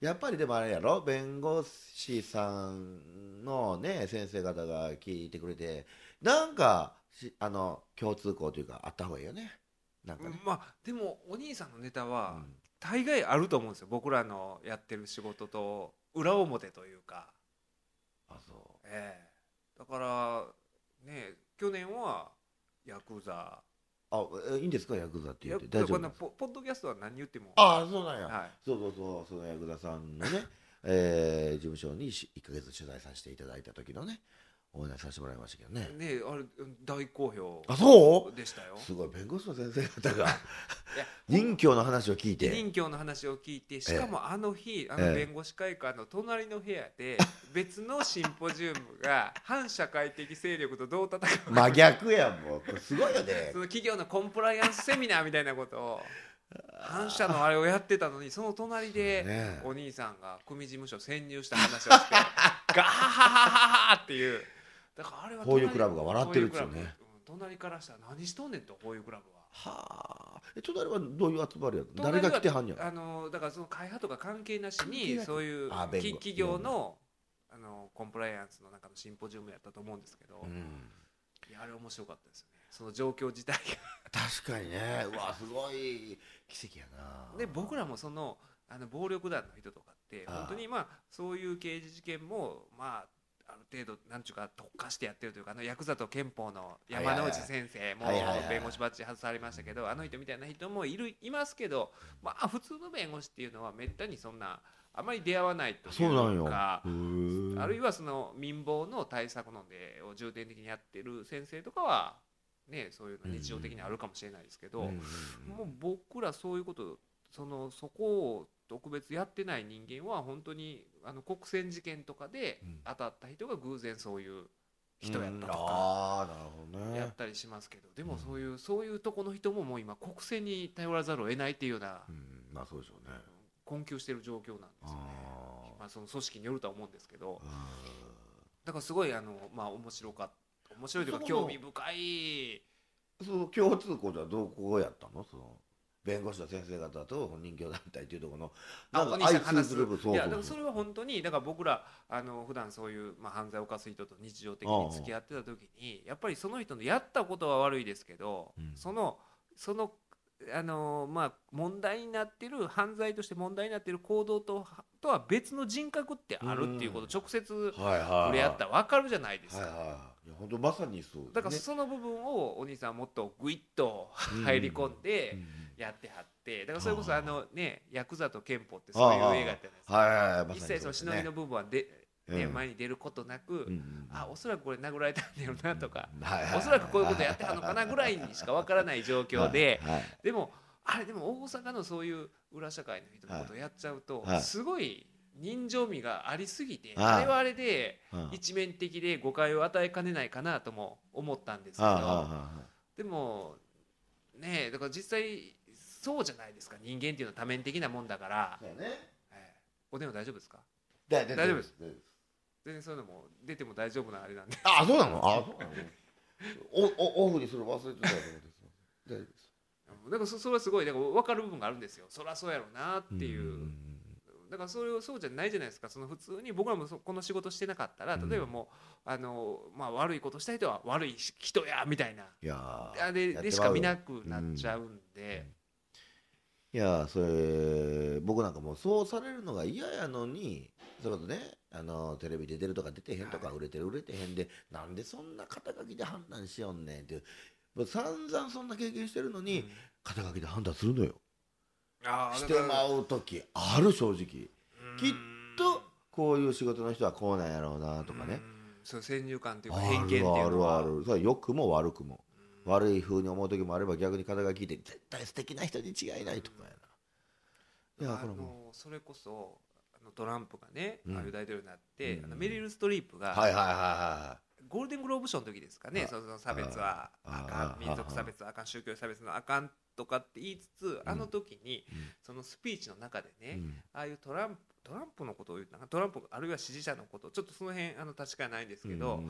B: やっぱりでもあれやろ弁護士さんのね先生方が聞いてくれてなんかしあの共通項というかあった方がいいよねなんかね、
A: まあでもお兄さんのネタは
B: うん
A: 大概あると思うんですよ僕らのやってる仕事と裏表というか、
B: あそう
A: ええだからねえ去年はヤクザ
B: あえいいんですかヤクザって言
A: ヤ
B: っ
A: ク
B: て
A: ザ
B: 大丈
A: こ
B: 夫
A: んな
B: な
A: ん
B: ですか
A: ポポッドキャストは何言っても
B: ああそうなんや、
A: はい
B: そうそうそうそのヤクザさんのね、 えー事務所にし1か月取材させていただいた時のねお話しさせてもらいましたけどね
A: ねえあれ大好評
B: あそう
A: でしたよ
B: すごい弁護士の先生方 が
A: いや
B: 任教の話を聞いて
A: 任教の話を聞いてしかもあの日あ
B: え
A: の
B: え
A: 弁護士会館の隣の部屋で別のシンポジウムが反社会的勢力とどう戦うか
B: 真逆やんもうこれすごいよね
A: その企業のコンプライアンスセミナーみたいなことを 反社のあれをやってたのにその隣で
B: ね
A: お兄さんが組事務所潜入した話を してガハハハハハっていうだからあれは
B: ホーユークラブが笑ってるっつうね
A: ホーユークラブうん隣からしたら何しとんねんとホーユークラブは。
B: はあえ隣はどういう集まりやの誰が来てはんやろ
A: あのだからその会派とか関係なし
B: 関係
A: に
B: なく
A: そういう
B: あ弁護
A: き企業のあのコンプライアンスの中のシンポジウムやったと思うんですけど、
B: うん
A: いやあれ面白かったですよねその状況自体
B: 確かにねうわすごい奇跡やな
A: がで僕らもそのあの暴力団の人とかって
B: ああ
A: 本当にまあそういう刑事事件もまあある程度なんちゅうか特化してやってるというかあのヤクザと憲法の山之内先生も
B: はいはいはい
A: 弁護士バッジ外されましたけどあの人みたいな人もいるいますけどまあ普通の弁護士っていうのはめったにそんなあまり出会わないというか
B: そうなんよへえ
A: あるいはその民放の対策のでを重点的にやってる先生とかは、ね、そういうの日常的にあるかもしれないですけど、
B: うんうん
A: もう僕らそういうことそのそこを特別やってない人間は本当にあの国選事件とかで
B: うん
A: 当たった人が偶然そういう
B: うん
A: 人やったとか。
B: ああなるほどね
A: やったりしますけどでもそういうそういうとこの人ももう今国選に頼らざるを得ないっていうような
B: うんまあそうでしょうね
A: 困窮してる状況なんですよね
B: あ
A: まあその組織によるとは思うんですけど
B: あ
A: だからすごいあのまあ面白かった面白いというか
B: そこ
A: 興
B: の
A: 味深い
B: その共通項ではどこやったのその弁護士の先生方と本人形団体っていうところの
A: あ
B: な
A: お兄
B: んか
A: さん
B: 相
A: が
B: 通
A: 話
B: す
A: す
B: る部そう
A: いやだ
B: そ
A: か
B: う
A: ら
B: そ
A: そうれは本当にだから僕らあの普段そういう、まあ、犯罪を犯す人と日常的に付き合ってた時にやっぱりその人のやったことは悪いですけど、
B: うん
A: そのそのあのまあ問題になってる犯罪として問題になってる行動とはとは別の人格ってあるっていうことを直接触
B: はいはいはい
A: れ合ったら分かるじゃないです
B: はい
A: か。
B: はいいや本当まさにそう
A: だから
B: ね
A: その部分をお兄さんはもっとグイッと
B: うん
A: 入り込んで
B: うん
A: やってはってだからそれこそ
B: あー
A: あのねヤクザと憲法ってそういう映画じゃないですか
B: はいはいはいま
A: 一
B: さ
A: 切
B: に
A: その忍びの部分はで、ね
B: うん
A: 前に出ることなく、
B: うんうん
A: あおそらくこれ殴られたんだよなとか、
B: はいはい
A: おそらくこういうことやってはんのかなぐらいにしかわからない状況で、
B: はいはい
A: でもあれでも大阪のそういう裏社会の人のことをやっちゃうと、
B: はい
A: すごい人情味がありすぎて、
B: はい
A: あれはあれで
B: うん
A: 一面的で誤解を与えかねないかなとも思ったんですけ
B: はい
A: ど。
B: はいはい
A: でもねえだから実際そうじゃないですか人間っていうのは多面的なもんだから、
B: そうやね
A: ええお電話大丈夫ですか
B: 大
A: 大丈夫です
B: 大丈夫です
A: 全然そういうのも出ても大丈夫なあれなんで
B: あそうなのあそうなのおおオフにするの忘れてたと思うんですよ大丈夫です
A: だからそそれはすごいだから分かる部分があるんですよそりゃそうやろうなっていう、だからそれをそうじゃないじゃないですかその普通に僕らもそこの仕事してなかったら
B: うん
A: 例えばもう、あのまあ、悪いことした人は悪い人やみたいない
B: やー
A: あれ
B: やって
A: でしか見
B: まうよ
A: なくなっちゃうんで、
B: いやーそれ僕なんかもうそうされるのが嫌やのにそれこそねあのテレビ出てるとか出てへんとか
A: はい
B: 売れてる売れてへんでなんでそんな肩書きで判断しよんねんっていうもう散々そんな経験してるのに、
A: うん
B: 肩書きで判断するのよ
A: ああ
B: してまう時ある正直きっと
A: と
B: こういう仕事の人はこうなんやろうなとかね
A: うんそう先入観というか
B: あ
A: 偏見っていう
B: るあ
A: の
B: る
A: は
B: あるそれは良くも悪くも
A: うん
B: 悪い風に思う時もあれば逆に肩書きで絶対素敵な人に違いないとかやないや
A: あ
B: これも
A: のそれこそあのトランプがね、
B: うん
A: ああいう大統領になって、
B: うん
A: あのメリル・ストリップが、
B: うはいはいはいはい
A: ゴールデングローブ賞の時ですかね
B: あ
A: そのその差別はあ
B: あ
A: か
B: あ
A: ん民族差別はあかん宗教差別のあかんとかって言いつつあの時に、
B: うん
A: そのスピーチの中でね、
B: うん
A: ああいうトランプトランプのことを言うトランプあるいは支持者のことちょっとその辺あの確かないんですけど、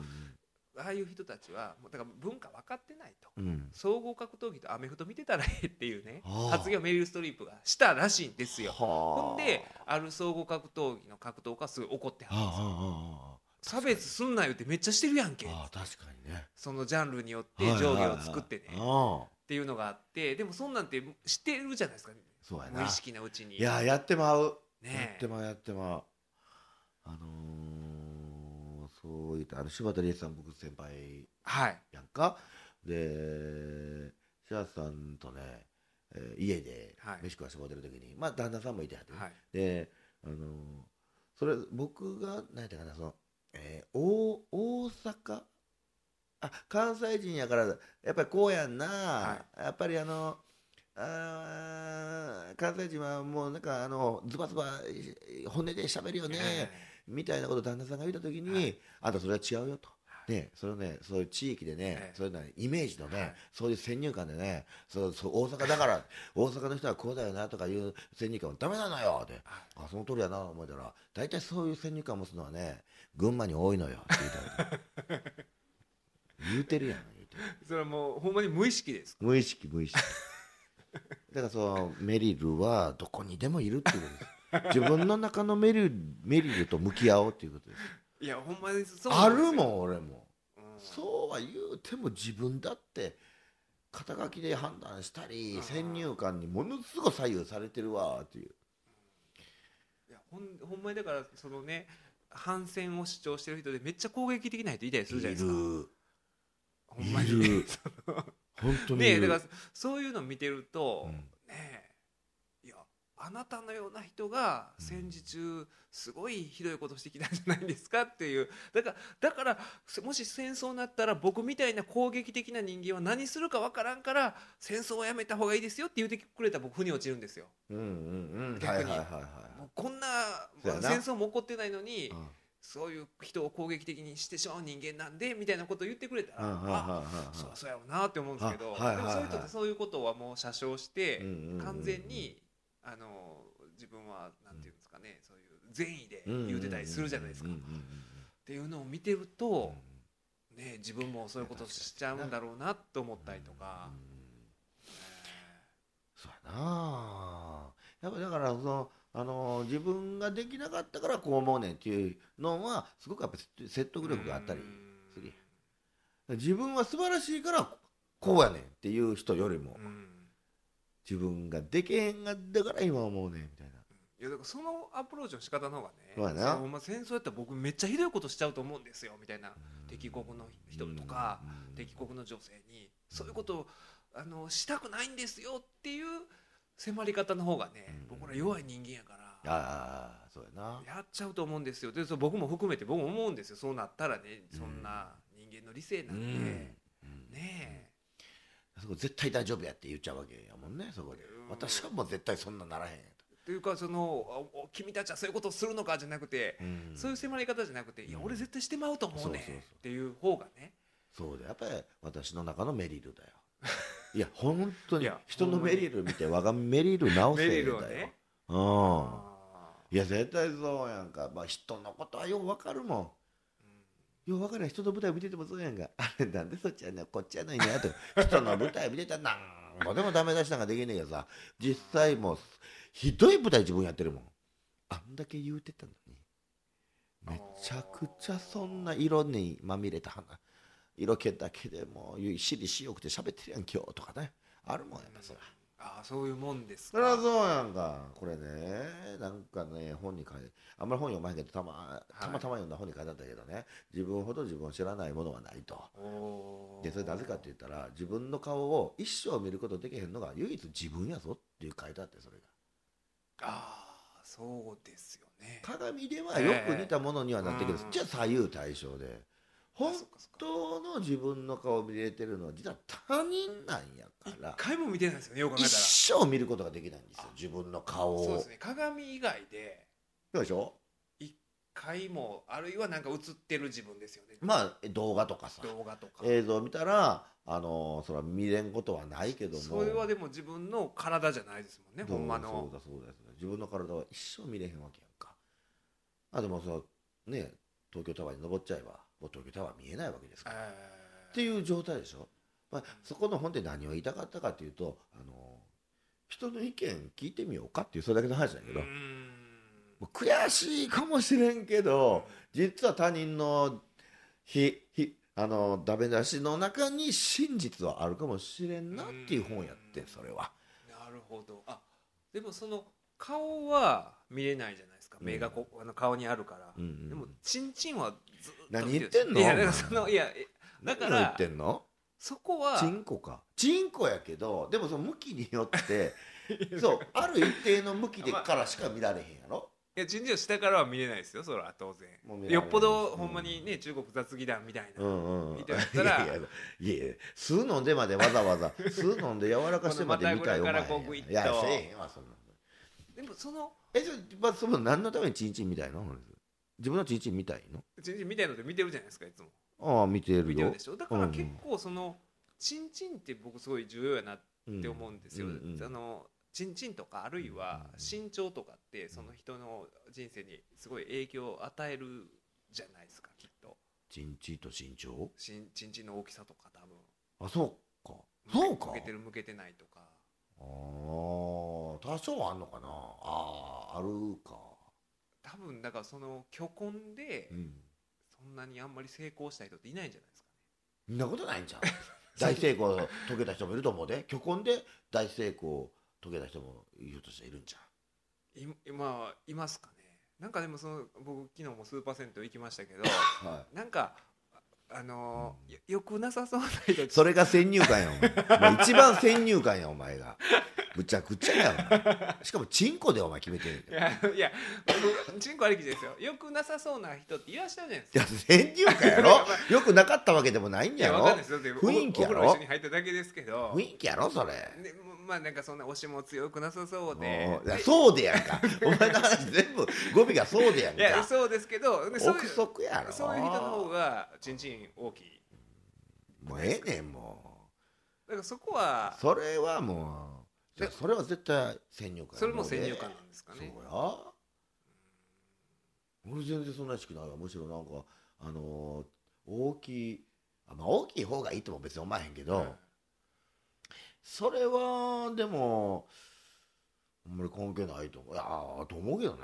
A: ああいう人たちはもうだから文化分かってないと。
B: うんうん
A: 総合格闘技とアメフト見てたらええっていうね
B: ああ
A: 発言をメリル・ストリップがしたらしいんですよ。ほ
B: ほ
A: んである総合格闘技の格闘家すごい怒っては
B: ああ
A: る
B: あ
A: んですよ
B: あ
A: 差別すんな言ってめっちゃしてるやんけ
B: ああ確かにね
A: そのジャンルによって上下を作ってね
B: はい
A: っ
B: はいはいああ
A: ていうのがあってでもそんなんて知ってるじゃないですか
B: そうや
A: 無
B: な
A: 意識のうちに
B: いややってまうや
A: ね
B: っ
A: え
B: てまうやってまうあのーそう言ったあの柴田理恵さん僕先輩
A: はい
B: やんかで柴田さんとね、えー家で
A: はい
B: 飯食わしてもらってる時に、まあ旦那さんもいてはってね、
A: はい
B: であのーそれ僕が何やったかなその、えー大大阪あ関西人やからやっぱりこうやんな、やっぱりあのあー関西人はもうなんかあのズバズバ本音で喋るよね、みたいなことを旦那さんが言った時に、
A: はい
B: あんたそれは違うよと、
A: は
B: ね、それをねそういう地域でね、
A: ええ
B: そういうのはイメージのね、
A: はい
B: そういう先入観でねそうそう大阪だから大阪の人はこうだよなとかいう先入観はダメなのよって
A: は
B: あその通りやなと思ったら大体そういう先入観を持つのはね群馬に多いのよって言ったら 言うてるやん言うてる
A: いそれはもうほんまに無意識です
B: 無意識無意識だからそのメリルはどこにでもいるっていうことです自分の中のメリルメリルと向き合おうっていうことです
A: いやほんまにそう
B: あ
A: なんですよ
B: るもん俺も
A: うん
B: そうは言うても自分だって肩書きで判断したり
A: うん
B: 先入観にものすごい左右されてるわっていう
A: いやほんほんまにだからそのね反戦を主張してる人でめっちゃ攻撃的な人いたりするじゃないですか
B: る
A: ほんまに
B: い る本当にい
A: ね
B: る
A: だからそういうの見てると、
B: うん
A: ねえいやあなたのような人が戦時中すごいひどいことしてきたんじゃないですかっていうだからだからせもし戦争になったら僕みたいな攻撃的な人間は何するかわからんから戦争はやめた方がいいですよって言ってくれた僕腑に落ちるんですよ。
B: うんうんうんはいは
A: 逆
B: い
A: に
B: はい
A: もうこんな
B: そうやな
A: 戦争も起こってないのに
B: はい
A: そういう人を攻撃的にしてしまう人間なんでみたいなことを言ってくれたら、
B: うんう
A: あ
B: んはいはいはい
A: そうそうやろうなって思うんですけど、
B: あはいはいはい
A: でもそういう人ってそういうことはもう詐称して、
B: うんうんうんうん
A: 完全にあの自分はなんていうんですかね、そういう善意で言うてたりするじゃないですか、
B: うんう
A: っ
B: んうんうん
A: ていうのを見てる
B: うん
A: と、ね、自分もそういうことしちゃうんだろうなと思ったりとか
B: う、んそうやなやっぱだからそのあのー自分ができなかったからこう思うねんっていうのはすごくやっぱ説
A: えー
B: 得力があったりする
A: う
B: 自分は素晴らしいからこうやねんっていう人よりも
A: んうん
B: 自分ができへんがだから今思うねんみたいない
A: やだからそのアプローチの仕方の方がね、
B: そうやな
A: ほんま戦争やったら僕めっちゃひどいことしちゃうと思うんですよみたいな敵国の人とか、
B: うん
A: 敵国の女性にそういうことをあのしたくないんですよっていう迫り方の方がね、
B: うん
A: 僕ら弱い人間やから、
B: ああそうやな
A: やっちゃうと思うんですよでそう僕も含めて僕も思うんですよそうなったらねそんな人間の理性なんて、
B: うん
A: ね
B: そこ絶対大丈夫やって言っちゃうわけやもんねそこで
A: うん
B: 私はもう絶対そんなならへん
A: えというかそのおお君たちはそういうことをするのかじゃなくて、
B: と、うん
A: そういう迫り方じゃなくていや俺絶対してまうと思うねん
B: そうそうそう
A: っていう方がね
B: そうだやっぱり私の中のメリルだよいや本当
A: い
B: に
A: や
B: 人のメリル見て我がメリル直
A: メ
B: せ
A: リ
B: だ
A: ル
B: よ、
A: をね
B: う
A: あ
B: んいや絶対そうやんか、まあ、人のことはようわかるも
A: ーうん
B: んようわからん人の舞台見ててもそうやんか あれなんでそっちやねんこっちやないんやと人の舞台見てたらなんぼでもダメ出しなんかできんねえけどさ実際もうひどい舞台自分やってるもんあんだけ言うてたのにめちゃくちゃそんな色にまみれた花色気だけでもうしりしよくて喋ってるやん今日とかねあるもんやっぱそら
A: あーそういうもんです
B: そりゃそうやんかこれねなんかね本に書いてあんまり本読まへんけどたまたまたま読んだ本に書いてあったけどね、自分ほど自分を知らないものはないと
A: おー
B: でそれなぜかって言ったら自分の顔を一生見ることできへんのが唯一自分やぞっていう書いてあってそれが
A: ああそうですよね
B: 鏡ではよく似たものにはなってるけど、
A: ええ
B: じゃあ左右対称で本
A: あそっかそっか
B: 当の自分の顔を見れてるのは実は他人なんやか
A: 一
B: ら
A: 回も見てないですよねよく考えたらそ
B: 一生見ることができないんですよ
A: あ
B: 自分の顔を
A: うですね鏡以外で
B: そうでしょ
A: 一回もあるいはなんか映ってる自分ですよね、
B: まあえ動画とかさ
A: 動画とか、
B: 映像を見たらあのそれは見れんことはないけども
A: それはでも自分の体じゃないですもんね
B: そう
A: ほんまの
B: そうだそうだそうだ自分の体は一生見れへんわけやんかあでもそのね東京タワーに登っちゃえばもう東京タワー見えないわけですから
A: えー
B: っていう状態でしょ、まあ、そこの本で何を言いたかったかっていうとあの人の意見聞いてみようかっていうそれだけの話だけど、
A: うー
B: も
A: ん
B: う悔しいかもしれんけど実は他人のひひあのダメ出しの中に真実はあるかもしれんなっていう本やってそれは
A: なるほどあでもその顔は見れないじゃないですか目がこ、あの顔にあるから、
B: うんうん
A: でもチンチンはずっと
B: 何言ってんの
A: いやだからそのいやえだから
B: 何言ってんの
A: そこは
B: チンコかチンコやけどでもその向きによって そうある一定の向きでからしか見られへんやろ
A: いや人事を下からは見れないですよそれは当然
B: もう見られない
A: よっぽどほんまにね、中国雑技団みたいな、
B: うんうんうん、
A: 見てやったら
B: いやいやいやいや酢飲んでまでわざわざ酢飲んで柔らかしてまで見たいお
A: この股ぐらいか
B: 前
A: ら
B: や
A: こうグイッと
B: いやせえへんわそんなの
A: でもその
B: えじゃあまあその何のためにチンチン見たいの自分のチンチン見たいの
A: 人事みたいので見てるじゃないですかいつも
B: ああ見てるよ
A: 見てるでしょだか
B: うんう
A: ら
B: ん
A: 結構その、チンチンって僕すごい重要やなって思うんですよ、
B: うんうんうん
A: あのチンチンとかあるいは身長とかってその人の人生にすごい影響を与えるじゃないですかきっと
B: チンチンと身長
A: しんチンチンの大きさとか多分
B: あそうかそうか
A: 向けてる向けてないとか
B: ああ多少はあんのかなあああるか
A: 多分だからその虚婚で、
B: うん
A: そんなにあんまり成功した人っていないんじゃないですか
B: そんなことない んじゃん大成功遂げた人もいると思うで虚婚で大成功遂げた人もいるとしているんじゃん
A: ね。い今いますかね。なんかでもその僕昨日もスーパー銭湯行きました けど
B: は
A: なんかあのーよよくなさそうな人
B: い、それが先入観やお前お前一番先入観やお前がむちゃくちゃやお前しかもチンコでお前決めてる
A: いやいや僕チンコありきですよよくなさそうな人っていらっしゃるじゃないです
B: い
A: か
B: や先入 観やろよくなかったわけでもないん
A: い
B: や
A: わ
B: ろ
A: かんないですよだってお
B: 雰囲気やろ
A: お風呂一緒に入っただけですけど
B: 雰囲気やろそれ
A: でもまあなんかそんな推しも強くなさそうで
B: おういやそうでや んかお前の話全部語尾がそうでやん
A: いや
B: か
A: そうですけどでそうい
B: 憶
A: う
B: 測やろ
A: そういう人の方がチンチン大きい
B: もうええねんも
A: だからそこは
B: うそれはもうじゃあそれは絶対先入観や
A: それも先入観なんですか
B: そう
A: ね
B: や俺全然そんな意識ないわむしろなんかあのー大きいあまあ大きい方がいいとも別に思わへんけど、
A: はい
B: それはでもあんまり関係ないと思ういやーと思うけどね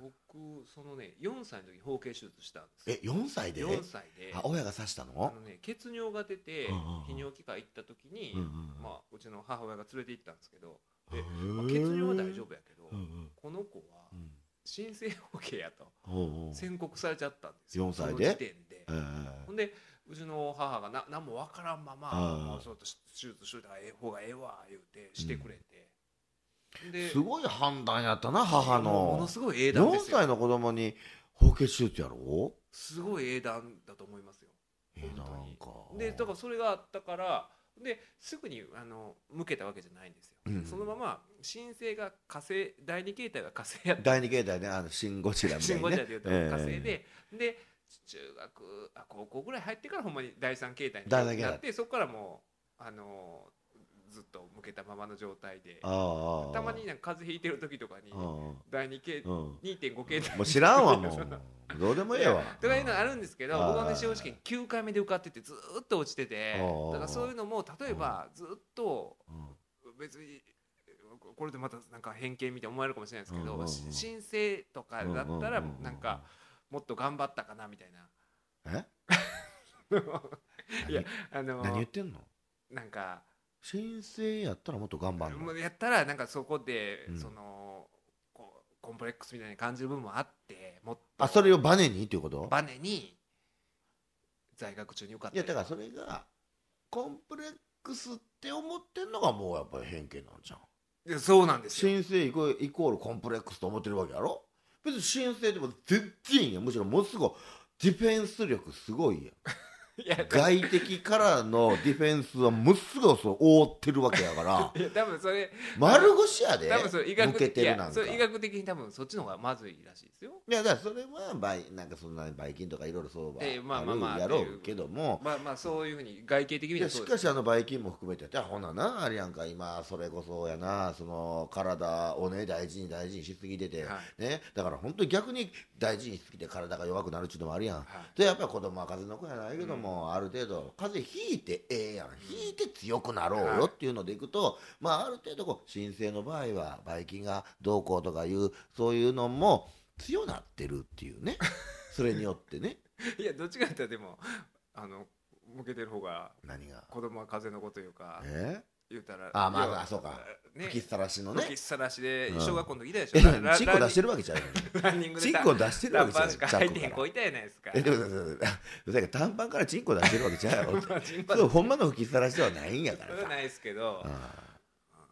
A: 僕そのね4歳の時包茎手術したんですよ
B: え4歳で
A: 4歳で
B: あ親が刺した
A: あ
B: の
A: の、ね血尿が出て
B: うんうんうん
A: 泌尿器科行った時に
B: うんうんうん
A: まあうちの母親が連れて行ったんですけど
B: へ
A: で
B: ー
A: まあ血尿は大丈夫やけど
B: うんうん
A: この子は
B: うん
A: 新生包茎やと
B: ほうほう
A: 宣告されちゃったんですよ
B: 4歳で
A: その時点で
B: えー
A: ほんでうちの母がな何もわからんまま
B: あー
A: もうそうと手術しといたらええ方がええわ言うてしてくれて、
B: すごい判断やったな
A: も
B: 母
A: うも
B: の
A: のすごい英断
B: 4
A: ですよ
B: 歳の子供に包茎手術やろ
A: すごい英断だと思いますよ
B: えなんか
A: でだからそれがあったからですぐにあの向けたわけじゃないんですよ、
B: うん
A: そのまま申請が火星第二形態が火星やった
B: 第二形態ねあのシン・ゴジラみた
A: 新
B: いにね
A: ゴジラでいうと
B: ええ
A: 火星で、で中学あ高校ぐらい入ってからほんまに第三形態に
B: 第三形態
A: なってそこからもうあのずっと向けたままの状態で
B: ああああ
A: たまになんか風邪ひいてる時とかに
B: ああうん
A: 第二形
B: も
A: 2.5形態
B: う知らんわも
A: そう
B: うどうでもええわ
A: とかいうのあるんですけど
B: あー
A: 僕はね司法試験9回目で受かっててずーっと落ちてて
B: あー
A: だからそういうのも例えばずっと
B: うん
A: 別にこれでまたなんか偏見みたいに思われるかもしれないですけ
B: うんうんう
A: ど
B: ん
A: し申請とかだったらなんかもっと頑張ったかなみたいな
B: え
A: いや あの
B: 何言ってんの
A: なんか
B: 申請やったらもっと頑張る
A: も
B: の
A: うやったらなんかそこで
B: うん
A: そのこうコンプレックスみたいに感じる部分もあってもっと
B: あそれをバネにっていうこと
A: バネに在学中に受かった
B: い
A: り
B: やだからそれがコンプレックスって思ってんのがもうやっぱり偏見なんじゃん
A: いやそうなんですよ
B: 申請イコイコールコンプレックスと思ってるわけやろ別に申請でも全然いいやんむしろものすごいディフェンス力すごいやん
A: いや
B: 外敵からのディフェンスはものすごいそう覆ってるわけやから
A: いや多分それ
B: 丸腰やで
A: 多分それ医学
B: 抜け
A: 的
B: て
A: い
B: るな
A: や
B: ん
A: そ
B: か
A: れ医学的に多分そっちの方がまずいらしいですよ
B: いやだからそれはばいなんかそんなばい菌とかいろいろそうは
A: ええまあまあまあ
B: あるやろうけども
A: まあまあそういうふうに外形的に
B: い
A: は
B: や
A: そ
B: し
A: うで
B: か
A: す
B: しあのばい菌も含めてあほななあれやんか今それこそやなその体をね大事に大事にしすぎてて、
A: はい
B: ね、だから本当に逆に大事にしすぎて体が弱くなるっていうのもあるやん、
A: はい
B: でやっぱり子供は風邪の子やないけども、ある程度風邪ひいてええやんひいて強くなろうよっていうのでいくと、まあある程度こう新生の場合はばい菌がどうこうとかいうそういうのも強なってるっていうねそれによってね
A: いやどっちかって言ったらでもあの向けてる方が
B: 何が
A: 子供は風の子というか
B: え
A: 言うたら
B: あまあ
A: 要は
B: あそうか
A: ね
B: 吹きさらしの
A: 吹
B: ね
A: きさらしで
B: うん
A: 小学校の時いたでし
B: え
A: ょ
B: チンコ出し
A: る
B: てるわけじゃない
A: ランニング
B: チ
A: で
B: ン
A: さ
B: コ出してる
A: ラ
B: わ
A: ン
B: けじゃ
A: パ
B: な
A: ン
B: い
A: しか入ってへ
B: チャ
A: ん
B: ックか
A: 子
B: ら
A: いたやないですか
B: えでもそうそうそうそうやから短パンからチンコ出してるわけじゃないやろ
A: まあ人
B: そう
A: は
B: ほんまの吹きさらしではないんやからさ
A: ないですけど
B: あ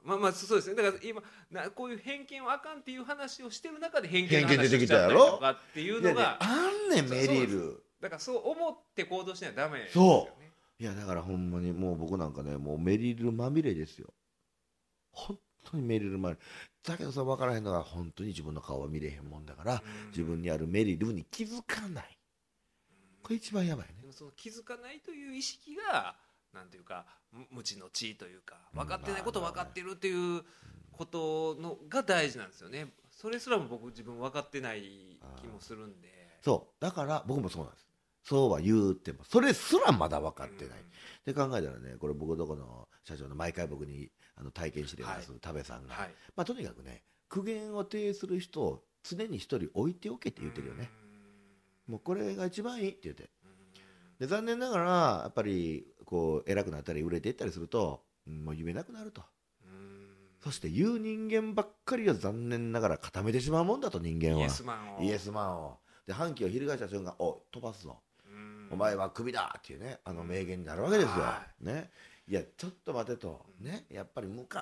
A: まあまあそうですねだから今なこういう偏見はあかんっていう話をしてる中で偏見
B: 見
A: の
B: の
A: 話
B: 話
A: を
B: を
A: し
B: し
A: ち
B: ち
A: ゃっ
B: ゃったた
A: り
B: り
A: と
B: と
A: か
B: か
A: っていうの
B: いや
A: が
B: ねあんねんメリ
A: そうそう
B: ル
A: だからそう思って行動しないとダメですよ
B: そ
A: ね
B: ういやだからほんまにもう僕なんかねもうメリルまみれですよ本当にメリルまみれだけどさ分からへんのが本当に自分の顔は見れへんもんだから
A: うん
B: 自分にあるメリルに気づかないこれ一番やばいね
A: でもその気づかないという意識がなんていうかむ無知の知というか分かってないことを分かってるということのが大事なんですよねそれすらも僕自分分かってない気もするんで
B: そうだから僕もそうなんですそうは言うてもそれすらまだ分かってない、
A: うん
B: で考えたらねこれ僕どこの社長の毎回僕にあの体験してます、田部さんが、
A: はい
B: まあ、とにかくね苦言を呈する人を常に一人置いておけって言ってるよね、もうこれが一番いいって言って
A: うん
B: で残念ながらやっぱりこう偉くなったり売れていったりすると、うんもう夢なくなると
A: うん
B: そして言う人間ばっかりが残念ながら固めてしまうもんだと人間は
A: イエスマンを
B: イエスマンをで反旗を翻した瞬間「おい飛ばすぞ、
A: うん
B: お前はクビだ!」っていうねあの名言になるわけですよ
A: は。
B: ね、いやちょっと待てと、ね、やっぱり昔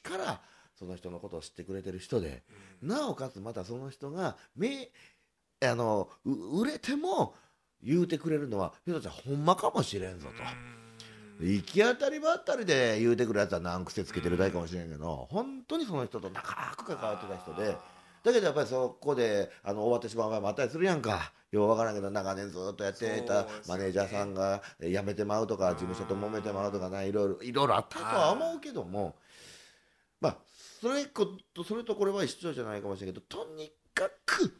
B: からその人のことを知ってくれてる人で
A: うん
B: なおかつまたその人がめあのう売れても言うてくれるのはひとちゃんほんまかもしれんぞと。
A: うん
B: 行き当たりばったりで言うてくるやつは難癖つけてるだけかもしれんけど本当にその人と長く関わってた人でだけどやっぱりそこであの終わってしまう場合もあったりするやんかようわからんけど長年ずっとやって
A: そう
B: た
A: ですね
B: マネージャーさんがえ辞めてまうとか事務所と揉めてまうとかないろいろいろいろあったとは思うけどもまあそれことそれとこれは一緒じゃないかもしれんけどとにかく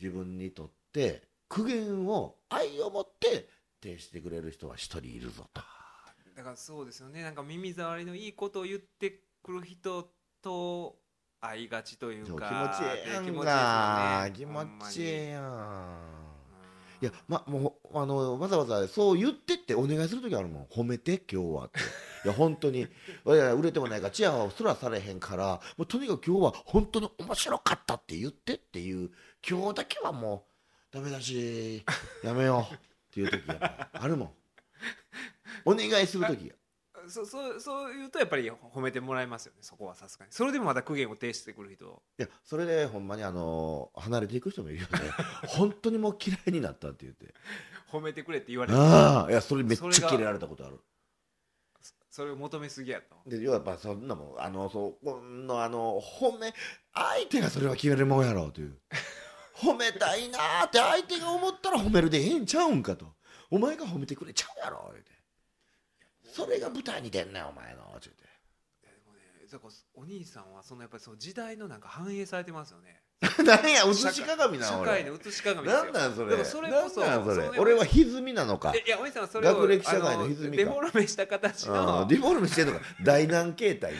B: 自分にとって苦言を愛を持って呈してくれる人は一人いるぞと。
A: だからそうですよねなんか耳障りのいいことを言ってくる人と会いがちとい
B: そうう気持
A: か
B: ちええや
A: 気
B: ん
A: 持ち
B: か
A: です
B: 気
A: よね
B: 持ちええやん
A: ほんまに
B: いやまもうあのわざわざそう言ってってお願いする時あるもん褒めて今日はっていや本当にいや売れてもないからチヤホヤすらされへんからもうとにかく今日は本当に面白かったって言ってっていう今日だけはもうダメだしやめようっていう時やっぱあるもんお願いする時
A: そそうそう言うとやっぱり褒めてもらえますよねそこはさすがにそれでもまた苦言を呈してくる人
B: いやそれでほんまにあの離れていく人もいるよね本当にもう嫌いになったって言って
A: 褒めてくれって言われて
B: ああいやそれめっちゃ
A: それが
B: キレられたことある
A: それを求めすぎやと
B: で要はやっぱそんなもんあのそうこんなあの褒め相手がそれは決めるもんやろうという 褒めたいなーって相手が思ったら褒めるでええんちゃうんかとお前が褒めてくれちゃうやろ言うてそれが舞台に出んねんお前のって
A: いやでもねだからお兄さんはそのやっぱりその時代のなんか反映されてますよね
B: 言うて 何や映し鏡な
A: 社
B: の
A: 会
B: 俺
A: の映し鏡ですよ
B: 何なんそ
A: で
B: れ
A: もそれこそ
B: 何なんそ
A: そ
B: れ
A: れ
B: 俺は歪みなのか
A: えいやお兄さんはそれを
B: 学歴社会の歪みか
A: あデフォルメした形
B: あ
A: の
B: ーリフォルムしてんのか大難形態な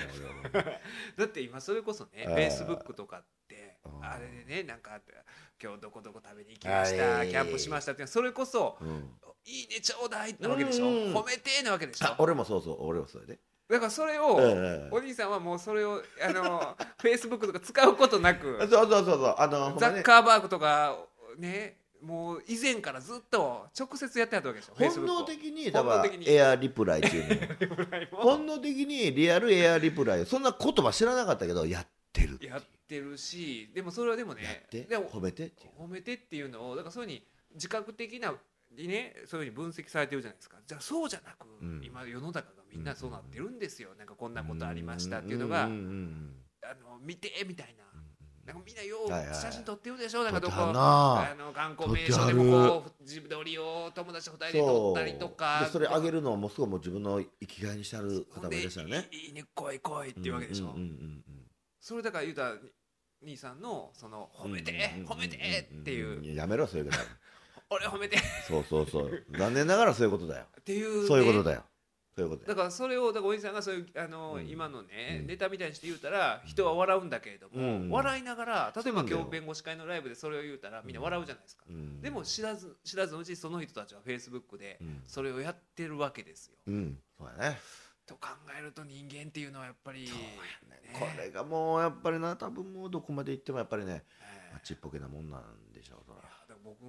B: 俺は
A: だって今それこそね
B: あー
A: フェイスブックとかって
B: あー
A: あれでねなんか今日どこどこ食べに行きました
B: はい
A: キャンプしましたってそれこそ
B: うん
A: いいねちょうだいなわけでしょ
B: うんうん
A: 褒めてーなわけでしょ
B: あ俺もそうそう俺もそれで
A: だからそれ
B: うん
A: を
B: うんうん
A: お兄さんはもうそれをあの フェイスブックとか使うことな
B: そう
A: く
B: そうそうそうあのほん
A: ザ
B: ま
A: ッ
B: ね
A: カーバーグとかねもう以前からずっと直接やってはったわけでしょ
B: 本能的にだ
A: 本能
B: から
A: 的に
B: エアリプライってい うの
A: Facebook を
B: 本能的にリアルエアリプライそんな言葉知らなかったけどやってるっていう
A: やってるしでもそれはでもね
B: やって
A: でも
B: 褒めてっていう
A: 褒めてっていうのをだからそういうふうに自覚的なにねそういうふうに分析されてるじゃないですかじゃあそうじゃなく、
B: うん
A: 今世の中がみんなそうなってるんですよ、なんかこんなことありましたっ
B: ん
A: ていうのが、
B: んんうん
A: あの見てみたいな。なんかみんなよ
B: はいはいう
A: 写真撮ってるでしょ、なんか
B: 撮
A: ど
B: っ
A: こ
B: た
A: あ
B: な
A: の観光名所でもこう自撮りを友達と二人で撮ったりとか
B: でそれあげるのもすごいもう自分の生きがいにしてある
A: ほ
B: 方
A: ん
B: もい
A: で
B: らっしゃるね
A: いいいいね来い来いっていうわけでしょ、
B: うんうんうんうん
A: それだから言うたら兄さんのその褒めて、
B: うん
A: 褒めてっていう,、
B: んんやめろそういうこと
A: 俺褒めて
B: そうそうそう残念ながらそういうことだよ
A: っていう、ね、
B: そういうことだよそういうことだ
A: だ
B: よ
A: からそれをだからおじさんがそういうあの、
B: うん
A: 今のね、
B: うん
A: ネタみたいにして言うたら人は笑うんだけれども、
B: うん
A: 笑いながら例えば
B: そうなんだよ
A: 今日弁護士会のライブでそれを言うたらみんな笑うじゃないですか、
B: うん
A: でも知らず知らずのうちその人たちはフェイスブックで
B: うん
A: それをやってるわけですよ。
B: うんそうやね
A: と考えると人間っていうのはやっぱり
B: そうやねこれがもうやっぱりな多分もうどこまで行ってもやっぱりね
A: え
B: あっ
A: ー
B: ちっぽけなもんなんでしょうそら
A: いやだから僕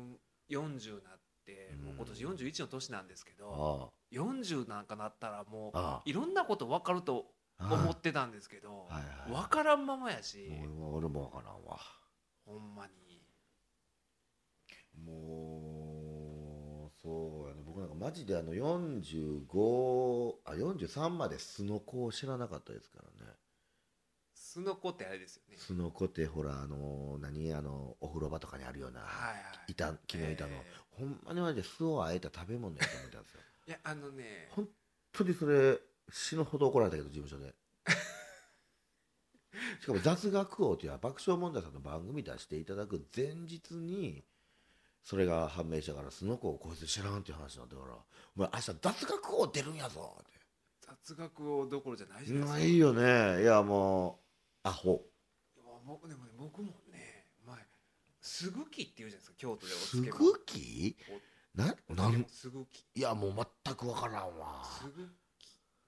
A: 40になってもう今年41の年なんですけど、
B: あ
A: 40なんかなったらもう
B: ああ
A: いろんなこと分かると
B: あ
A: 思ってたんですけど、
B: はいはい
A: 分からんままやし、
B: もう俺もわからんわ
A: ほんまに
B: もうそうやね僕なんかマジであの45あ43までスノコを知らなかったですからね
A: スノコってあれですよね
B: スノコってほらあの何あのお風呂場とかにあるような
A: はいはい
B: 板木の板の、
A: え
B: ほんまにマジで酢をあえた食べ物やと思ったんですよ
A: いやあのね
B: 本当にそれ死ぬほど怒られたけど事務所 でしかも雑学王という爆笑問題さんの番組出していただく前日にそれが判明したからスノコをこいつ知らんっていう話になってから「お前明日雑学王出るんやぞ」っ
A: 雑学をどころじゃない
B: て
A: じゃないですか
B: ないよねいやもうアホ
A: いや僕でもね僕もね前すぐきっていうじゃないですか京都でお
B: す
A: 漬
B: ぐきな
A: 物
B: なん
A: すぐき
B: いやもう全く分からんわ
A: すぐき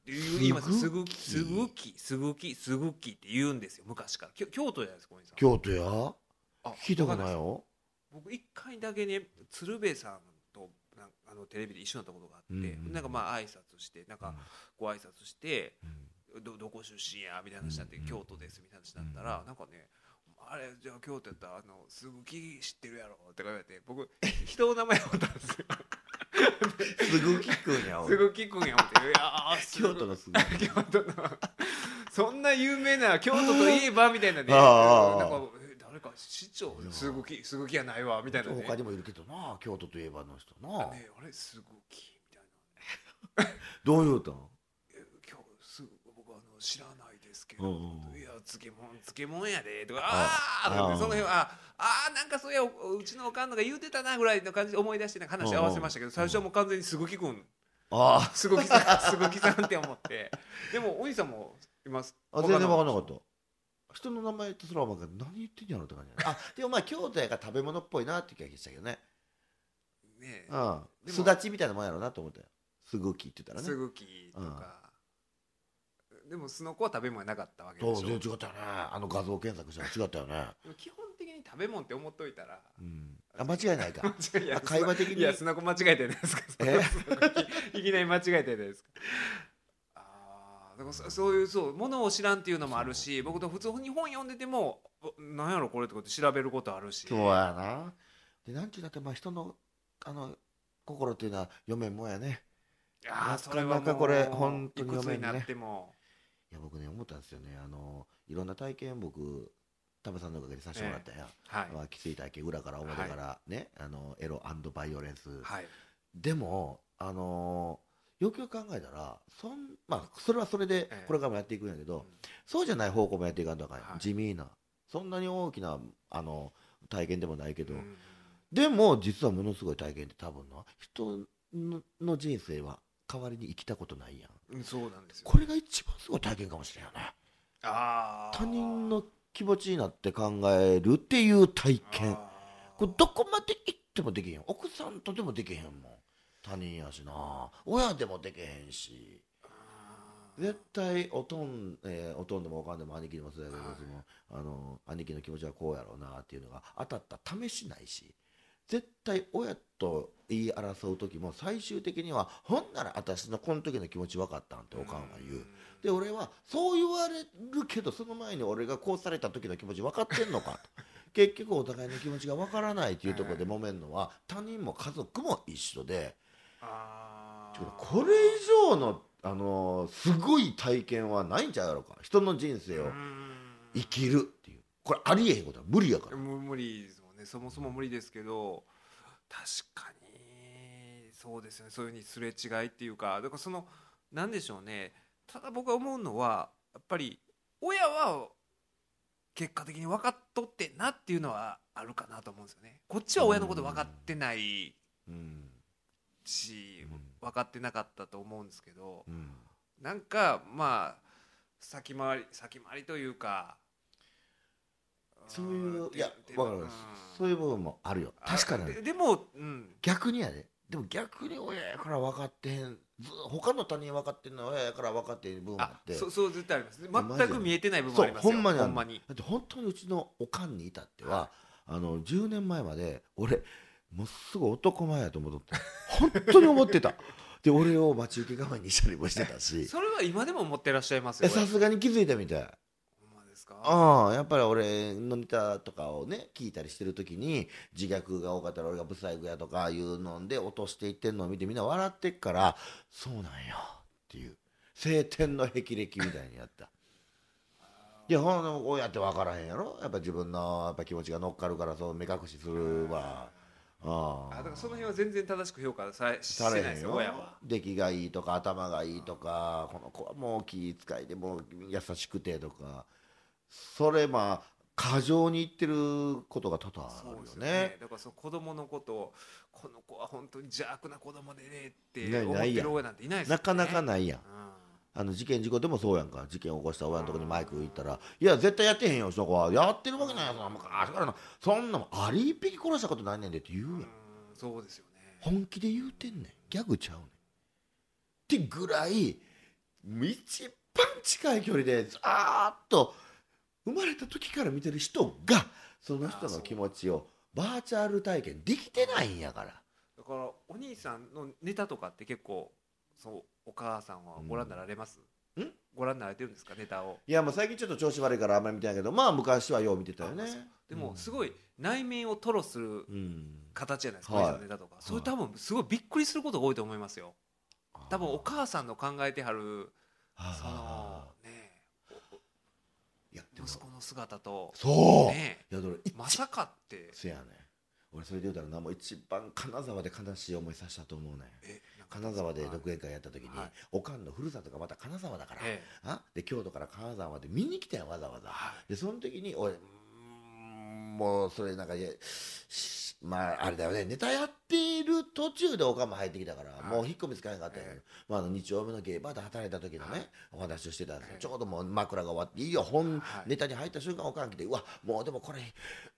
A: 言いますす
B: す
A: ぐ
B: ぐ
A: き
B: き
A: すぐきすぐきすぐきって言うんですよ昔からきょ京都じゃないですか小西さん
B: 京都や
A: あ
B: 聞いたこと
A: わかん
B: ない
A: です
B: よ
A: 僕一回だけね鶴瓶さんとなんあのテレビで一緒になったことがあって、
B: うんうん
A: なんかまあ挨拶してなんかご挨拶して、
B: うん
A: どどこ出身やみたいな話になって、
B: うん
A: 京都ですみたいな話になったら、なんかねあれじゃあ京都やったらあのすぐき知ってるやろって言われて僕人の名前をったんですよ
B: すぐきくんや
A: す
B: 俺
A: ぐきくんや思っていやーすぐ
B: 京都のすぐき
A: 京都のそんな有名な京都といえばみたいなね
B: ああああ
A: なんかえ誰か市長すぐきすぐきやないわみたいなね
B: 他にもいるけどな京都といえばあの人な、
A: ねあれすぐきみたいな
B: どう言うたん
A: え今日すぐ僕あの知らないですけ
B: う
A: ど
B: んうん
A: 「
B: うん
A: いや漬物漬物やで」とか「あ
B: あ
A: あー」とか
B: あ
A: ね
B: ー
A: その辺は「ああーなんかそういやおうちのおかんのが言うてたな」ぐらいの感じで思い出してなんか話合わせましたけど最初はもう完全にすぐきくん
B: あ
A: すぐきさん すぐきさんって思ってでもお兄さんもいます
B: あ全然分からなかった人の名前ってそれは分かんない何言ってんやろって感じやなあでもまあ京都やから食べ物っぽいなって気がしたけどね
A: ね
B: うん
A: でも
B: すだちみたいなもんやろうなと思ったよすぐきって言ったら
A: す
B: ね
A: ぐきとかでもすのこは食べ物はなかったわけ
B: ど
A: で
B: う
A: し
B: 全然
A: ょ
B: 違ったよねあの画像検索したら違ったよね、
A: 基本的に食べ物って思っといたら
B: うん、あ間違いない か
A: いや
B: あ会話的に
A: いやすのこ間違えてないですか
B: え
A: いきなり間違えてないですかあーだからそそういうそうものを知らんっていうのもあるし僕と普通に本読んでてもおなんやろこれってこと調べることあるし
B: そうやなでなんちゅうだってまあ人のあの心っていうのは読めんもんやね
A: あー
B: なかなか
A: それはもう
B: これ本当
A: い
B: に
A: くつ
B: 読め
A: に
B: んね
A: なっても
B: いや僕ね思ったんですよねあのいろんな体験僕タメさんのおかげでさせてもらったやん、
A: はい
B: まあ、きつい体験裏から表から、ねあのエロバイオレンス、
A: はい
B: でもあのーよくよく考えたらそん、まあ、それはそれで
A: ええ
B: これからもやっていくんやけど、
A: うん
B: そうじゃない方向もやっていかんとあかん、
A: はい
B: 地味なそんなに大きなあの体験でもないけど、
A: うん
B: でも実はものすごい体験って多分な人のの人生は代わりに生きたことないやん
A: うんそうなんですよ
B: これが一番すごい体験かもしれんよね
A: あー
B: 他人の気持ちになって考えるっていう体験
A: あー
B: これどこまで行ってもできへん奥さんとでもできへんもん他人やしな親でもできへんし
A: あー
B: 絶対おとん、えーおとんでもおかんでも兄貴でもそうやけど、
A: はい
B: 別にもあの兄貴の気持ちはこうやろうなっていうのが当たった試しないし絶対親と言い争う時も最終的にはほんなら私のこの時の気持ち分かったんっておかんは言う、で俺はそう言われるけどその前に俺がこうされた時の気持ち分かってんの か結局お互いの気持ちが分からないっていうところで揉めるのは他人も家族も一緒で
A: あー
B: これ以上の、あのーすごい体験はないんちゃうやろうか人の人生を
A: うん
B: 生きるっていうこれありえへんことは無理やから
A: む無理ですもんねそもそも無理ですけど確かにそうですよねそういうふうにすれ違いっていうかだからそのなんでしょうねただ僕が思うのはやっぱり親は結果的に分かっとってんなっていうのはあるかなと思うんですよねこっちは親のこと分かってない
B: うん
A: し
B: うん
A: 分かってなかったと思うんですけど
B: うん
A: なんかまあ先回り先回りというか
B: そうい
A: ん
B: ういや
A: て
B: 分かる
A: うん
B: そういう部分もあるよ確かに
A: あででも、うん、
B: 逆にやででも逆に親やから分かってへんず他の他人分かってんのは親やから分かってへん部分もあ
A: あ
B: って
A: そうそう絶対あります
B: マジ
A: 全
B: で
A: く見えてない部分もありますよ
B: そうほんまにあ
A: ほ
B: る
A: んまに
B: だって本当にうちのおかんに至っては、あの10年前まで俺もうすぐ男前やと思っとって本当に思ってたで俺を待ち受け構えにしたりもしてたし
A: それは今でも思ってらっしゃいます
B: え
A: よ
B: さすがに気づいたみたい
A: ほんまですか
B: ああやっぱり俺のネタとかをね聞いたりしてる時に自虐が多かったら俺がブサイクやとかいうので落としていってんのを見てみんな笑ってっからそうなんやっていう晴天の霹靂みたいにやったいやほんの親って分からへんやろやっぱ自分のやっぱ気持ちが乗っかるからそう目隠しするわあ
A: あ
B: あ
A: だからその辺は全然正しく評価さえして
B: さ
A: な
B: れ
A: いで
B: へん
A: すよ
B: よ
A: 親は
B: 出来がいいとか頭がいいとかこの子はもう気遣いでもう優しくてとかそれまあ過剰に言ってることが多々あ
A: そう
B: る
A: です
B: よ
A: よね
B: ね
A: だからその子供のことをこの子は本当に邪悪な子供でねっ
B: い
A: て
B: ない
A: 思っ
B: ない
A: て
B: やん
A: る親なんていないですよね
B: なかなかないやん
A: うん
B: あの事件事故でもそうやんか事件起こした親のとこにマイク行ったら「いや絶対やってへんよそこはやってるわけないやんそんなもん昔からのそんなもんアリ一匹殺したことないねんで」って言うや
A: うんんそうですよね
B: 本気で言うてんねんギャグちゃうねんってぐらい一番近い距離でずーっと生まれた時から見てる人がその人の気持ちをバーチャル体験できてないんやから
A: だからお兄さんのネタとかって結構そうお母さんはご覧になられます、
B: うんん
A: ご覧になられてるんですかネタを
B: いやもう最近ちょっと調子悪いからあんまり見てないけどまあ昔はよう見てたよね
A: あそうでも
B: うん
A: すごい内面を吐露する
B: うん
A: 形じゃないですか、
B: はい
A: お兄さんのネタとか、それ多分すごいびっくりすることが多いと思いますよ多分お母さんの考えてはるその
B: あ
A: ね
B: ーいやでも
A: 息子の姿と
B: そう、
A: ね
B: いやだから
A: まさかって
B: せやね俺それで言うたらなもう一番金沢で悲しい思いさせたと思うね
A: えなんか
B: 金沢で
A: はい
B: 独演会やった時に、
A: はい
B: おかんのふるさとがまた金沢だから、
A: え
B: あで京都から金沢まで見に来たよわざわざ、
A: は
B: でその時に俺うーんもうそれなんかいやしまああれだよねネタやっている途中でおかんも入ってきたから、
A: はい
B: もう引っ込みつかへんかったんやけど、
A: え
B: まあ、あの日曜日のゲーバーで働いた時のね、
A: はい
B: お話をしてたんですよ、
A: ええ
B: ちょうどもう枕が終わっていいよ本、
A: はい
B: ネタに入った瞬間おかん来てうわもうでもこれ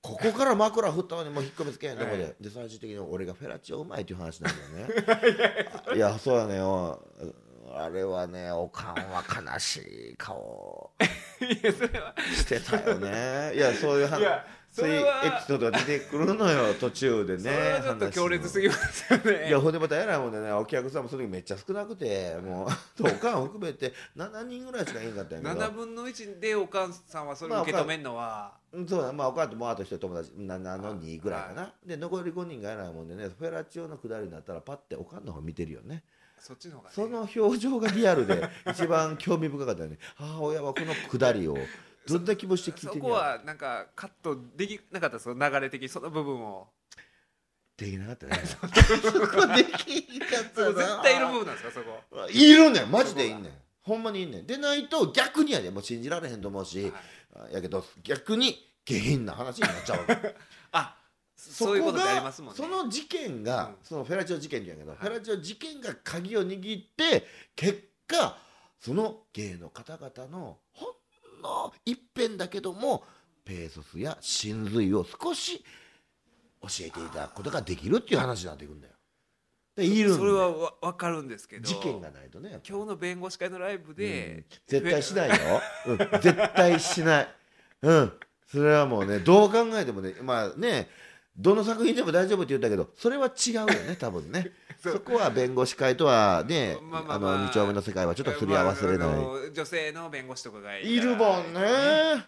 B: ここから枕振ったのにもう引っ込みつけへんとこで、
A: え
B: で最終的に俺がフェラチオうまいっていう話なんだよね あいやそうやねよあれはねおかんは悲しい顔
A: いやそれは
B: してた よねいやそういう話
A: いやそれは
B: そういうエピソードが出てくるのよ途中でね
A: それはちょっと強烈す
B: ぎ
A: ぎますよね
B: いやほんでまた偉いもんでねお客さんもその時めっちゃ少なくてもう おかん含めて7人ぐらいしかいんかったんやけ
A: 7
B: ど
A: 分の1でお母さんはそれを受け止めるのは、
B: うんそうだまあおかんともうあと一人友達7の2ぐらいかなで残り5人が偉いもんでねフェラチオの下りになったらパッておかんの方見てるよね
A: そっちの方が、ね、
B: その表情がリアル で一番興味深かったよね母親はこの下りをどんな気持ちで聞い
A: そ
B: てん
A: こ
B: の
A: はなんかカットできなかったその流れ的にその部分を
B: できなかったね そこできんかった
A: そ
B: な
A: こ絶対いる部分なんですかそこ、
B: いるねんマジでいんねんほんまにいんねんでないと逆にやでもう信じられへんと思うし、
A: はい
B: あやけど逆に下品な話になっちゃうわけ
A: あそそういうことってありますもんね
B: そこがその事件が、
A: うん
B: そのフェラチオ事件じゃんやけど、
A: い
B: フェラチオ事件が鍵を握って結果その芸の方々のほんの一辺だけどもペーソスや真髄を少し教えていただくことができるっていう話になっていくんだよ。でいるんだよ
A: それはわ分かるんですけど
B: 事件がないとねやっぱ
A: 今日の弁護士会のライブで、
B: うん絶対しないよ、うん、絶対しない、うん、それはもうねどう考えてもねまあねどの作品でも大丈夫って言ったけどそれは違うよ ね多分ね
A: そう
B: そこは弁護士会とはね、
A: ま
B: あ
A: あまあまあ
B: の二丁目の世界はちょっとすり合わせれない、
A: まああの女性の弁護士とかがいたら
B: いるもんね、
A: えー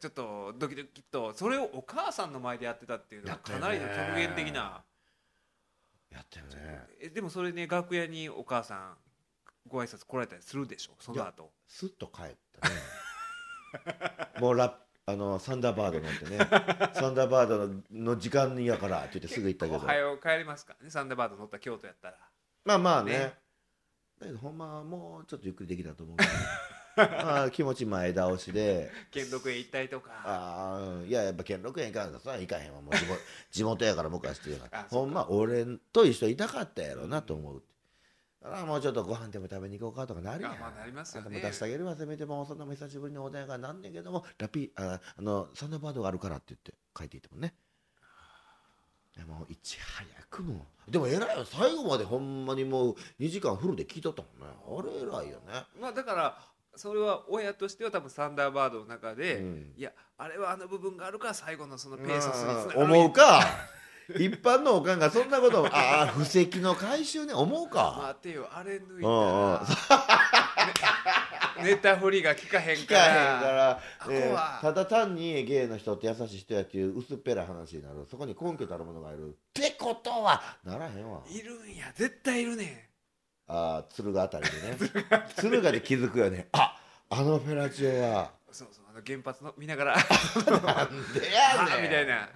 A: ちょっとドキドキっとそれをお母さんの前でやってたっていうのはかなりの極限的な、
B: やったよね
A: えでもそれね楽屋にお母さんご挨拶来られたりするでしょその後
B: スッと帰ったねもうラッあのサンダーバードなんてねサンダーバードのの時間にやからって言ってすぐ行ったけ
A: お
B: ど
A: はよう帰りますからねサンダーバード乗った京都やったら
B: まあまあね
A: ね
B: だけどほんまはもうちょっとゆっくりできたと思うけどまあ気持ち前倒しで
A: 兼六園行ったりとか
B: ああいややっぱ兼六園行かんかさ行かへんわもう地 元地元やから昔っていうから
A: あそ
B: ほ
A: うん
B: ま俺と一緒にいたかったやろなと思う、だからもうちょっとご飯でも食べに行こうかとかなるやん
A: あまあなりますよね
B: あでも出してあげるわせめてもそんなもん久しぶりのお題がなんねんけどもラピああのサンダーバードがあるからって言って書いていたもんねでもいち早くもでも偉いよ最後までほんまにもう2時間フルで聞いとったもんねあれ偉いよね
A: まあだからそれは親としては多分サンダーバードの中で、
B: うん
A: いやあれはあの部分があるから最後のそのペーソスにつながる
B: 思うか一般のおかんがそんなことをああ布石の回収ね思うか
A: 待てよあれ抜い
B: うんうん
A: たら、ねネタ振りが効かへん
B: 聞
A: か
B: からへんから、
A: あ
B: えー
A: こは
B: ただ単に芸の人って優しい人やっていう薄っぺらい話になるそこに根拠たるものがいるってことはならへんわ
A: いるんや絶対いるね
B: あー敦賀あたりでね敦賀で気づくよねああのフェラチオは
A: んそうそうあの原発の見ながら
B: なんで
A: あ
B: やねん
A: ー みたいな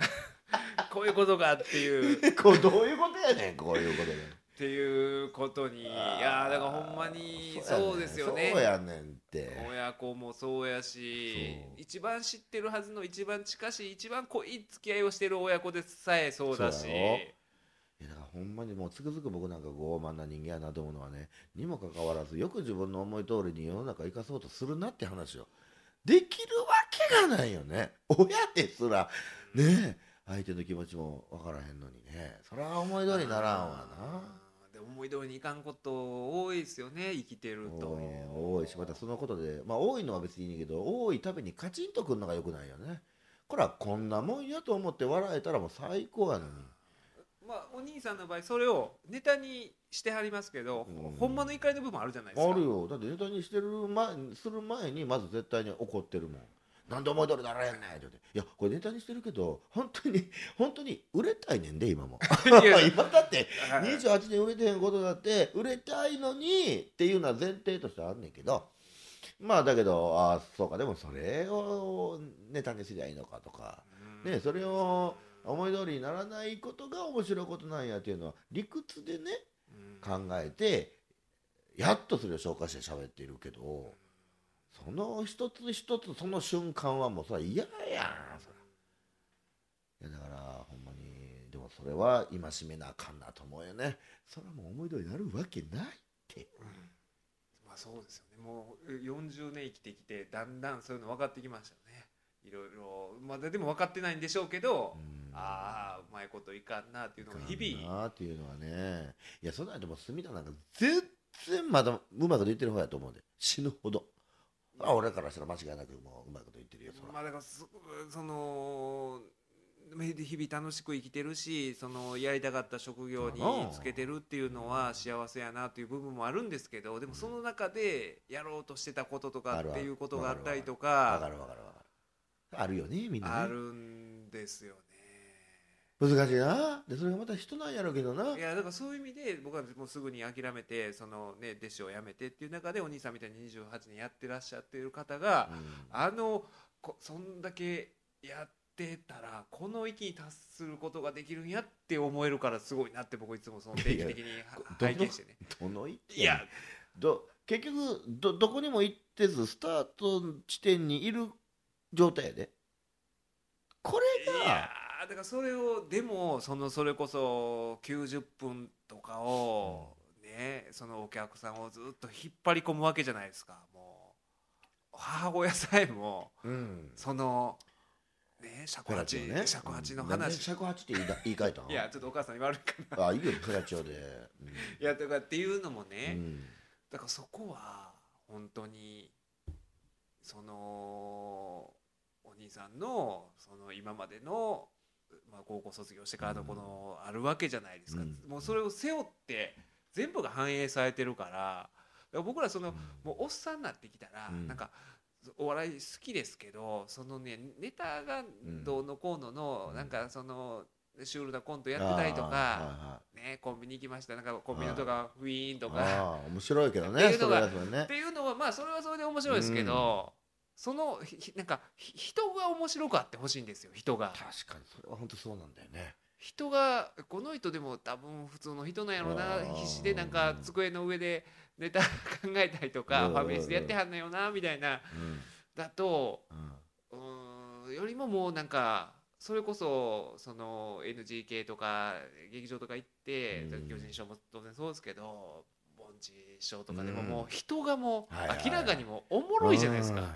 A: こういうことがっていうっ
B: こうどういうことやねんこういうことで
A: ていうことにいやーだからほんまにそうですよね
B: そうやねんって
A: 親子もそうやし
B: そう
A: 一番知ってるはずの一番近しい一番濃い付き合いをしてる親子でさえそうだし
B: そうやろいやだからほんまにもうつくづく僕なんか傲慢な人間やなと思うのはねにもかかわらずよく自分の思い通りに世の中生かそうとするなって話をできるわけがないよね親ですらねえ相手の気持ちも分からへんのにねそれは思い通りにならんわな
A: あーでも思い通りにいかんこと多いですよね生きてると
B: 多いしまたそのことでまあ多いのは別にいいけど多いためにカチンとくるのがよくないよねこれはこんなもんやと思って笑えたらもう最高やのに
A: まあお兄さんの場合それをネタにしてはりますけど、
B: うん
A: ほんまの怒りの部分あるじゃないですか
B: あるよだってネタにしてる前する前にまず絶対に怒ってるもんなんで思い通りならへんねんって言っていやこれネタにしてるけど本当に 本当に売れたいねんで今も
A: いや
B: 今だって
A: はい
B: 28年売れてへんことだって売れたいのにっていうのは前提としてあんねんけどまあだけどああそうかでもそれをネタにすりゃいいのかとか、
A: うん
B: ね、それを思い通りにならないことが面白いことなんやっていうのは理屈でね
A: うん
B: 考えてやっとそれを消化して喋っているけどその一つ一つその瞬間はもうそれは嫌やんそれいやだからほんまにでもそれは戒めなあかんなと思うよねそれはもう思い通りになるわけない
A: まあそうですよねもうえ40年生きてきてだんだんそういうの分かってきましたねいろいろまだでも分かってないんでしょうけど、ああうまいこといかんなっていうのが日
B: いか
A: 々
B: んなあっていうのはねいやそんなんでも隅田なんか全然まだうまいこと言ってる方やと思うで死ぬほどあ俺からしたら間違いなくもううまいこと言ってるよそら
A: まあだからそその日々楽しく生きてるしそのやりたかった職業につけてるっていうのは幸せやなという部分もあるんですけどでもその中でやろうとしてたこととかっていうことがあったりと
B: わか
A: か
B: るわかるわかるあるよねみんなね
A: あるんですよね。
B: 難しいなでそれがまた人なんやろうけど ない
A: やだからそういう意味で僕はもうすぐに諦めてその、ね、弟子を辞めてっていう中でお兄さんみたいに28年やってらっしゃってる方が、
B: うん
A: あのこそんだけやってたらこの域に達することができるんやって思えるからすごいなって僕いつもその定期的には
B: どの
A: 拝見してね。
B: どの一
A: いや
B: ど結局どどこにも行ってずスタート地点にいる状態やでこ
A: い
B: れ
A: や
B: が
A: だからそれをでもそのそれこそ90分とかを、ねそのお客さんをずっと引っ張り込むわけじゃないですかもう母親さえも
B: うん
A: そのね尺八、尺八の
B: なんで
A: 話、
B: 尺八って言いだ言い換えたの
A: いやちょっとお母さんに悪いかな
B: あいいよプラチオで、うん
A: いやとかっていうのもね、
B: うん
A: だからそこは本当にそのお兄さんのその今までの、まあ、高校卒業してからのこのあるわけじゃないですか、
B: うん
A: もうそれを背負って全部が反映されてるからだから僕らそのもうおっさんになってきたら、
B: うん
A: なんかお笑い好きですけどそのねネタが
B: ん
A: どうのこうのの、
B: うん
A: なんかそのシュールなコントやってたりとか、
B: あ
A: ね、コンビニ行きましたなんかコンビニのとかウィーンと
B: ーはい
A: か
B: はい。あー面白いけどね
A: っていうのが
B: それはそれ
A: っ
B: ね
A: ていうのはまあそれはそれで面白いですけど、そのひひなんかひ人が面白くあってほしいんですよ人が
B: 確かにそれは本当そうなんだよね
A: 人がこの人でも多分普通の人なんやろうな
B: あー
A: 必死でなんか机の上でネタ考えたりとか
B: うん
A: ファミレスでやってはんのよなみたいなだと
B: うんうん
A: うーんよりももうなんかそれこそその NGK とか劇場とか行って
B: うん
A: 巨人賞も当然そうですけど凡人賞とかで
B: う
A: も
B: ん
A: もう人がも
B: はいはいう
A: 明らかにもうおもろいじゃないですか
B: うん。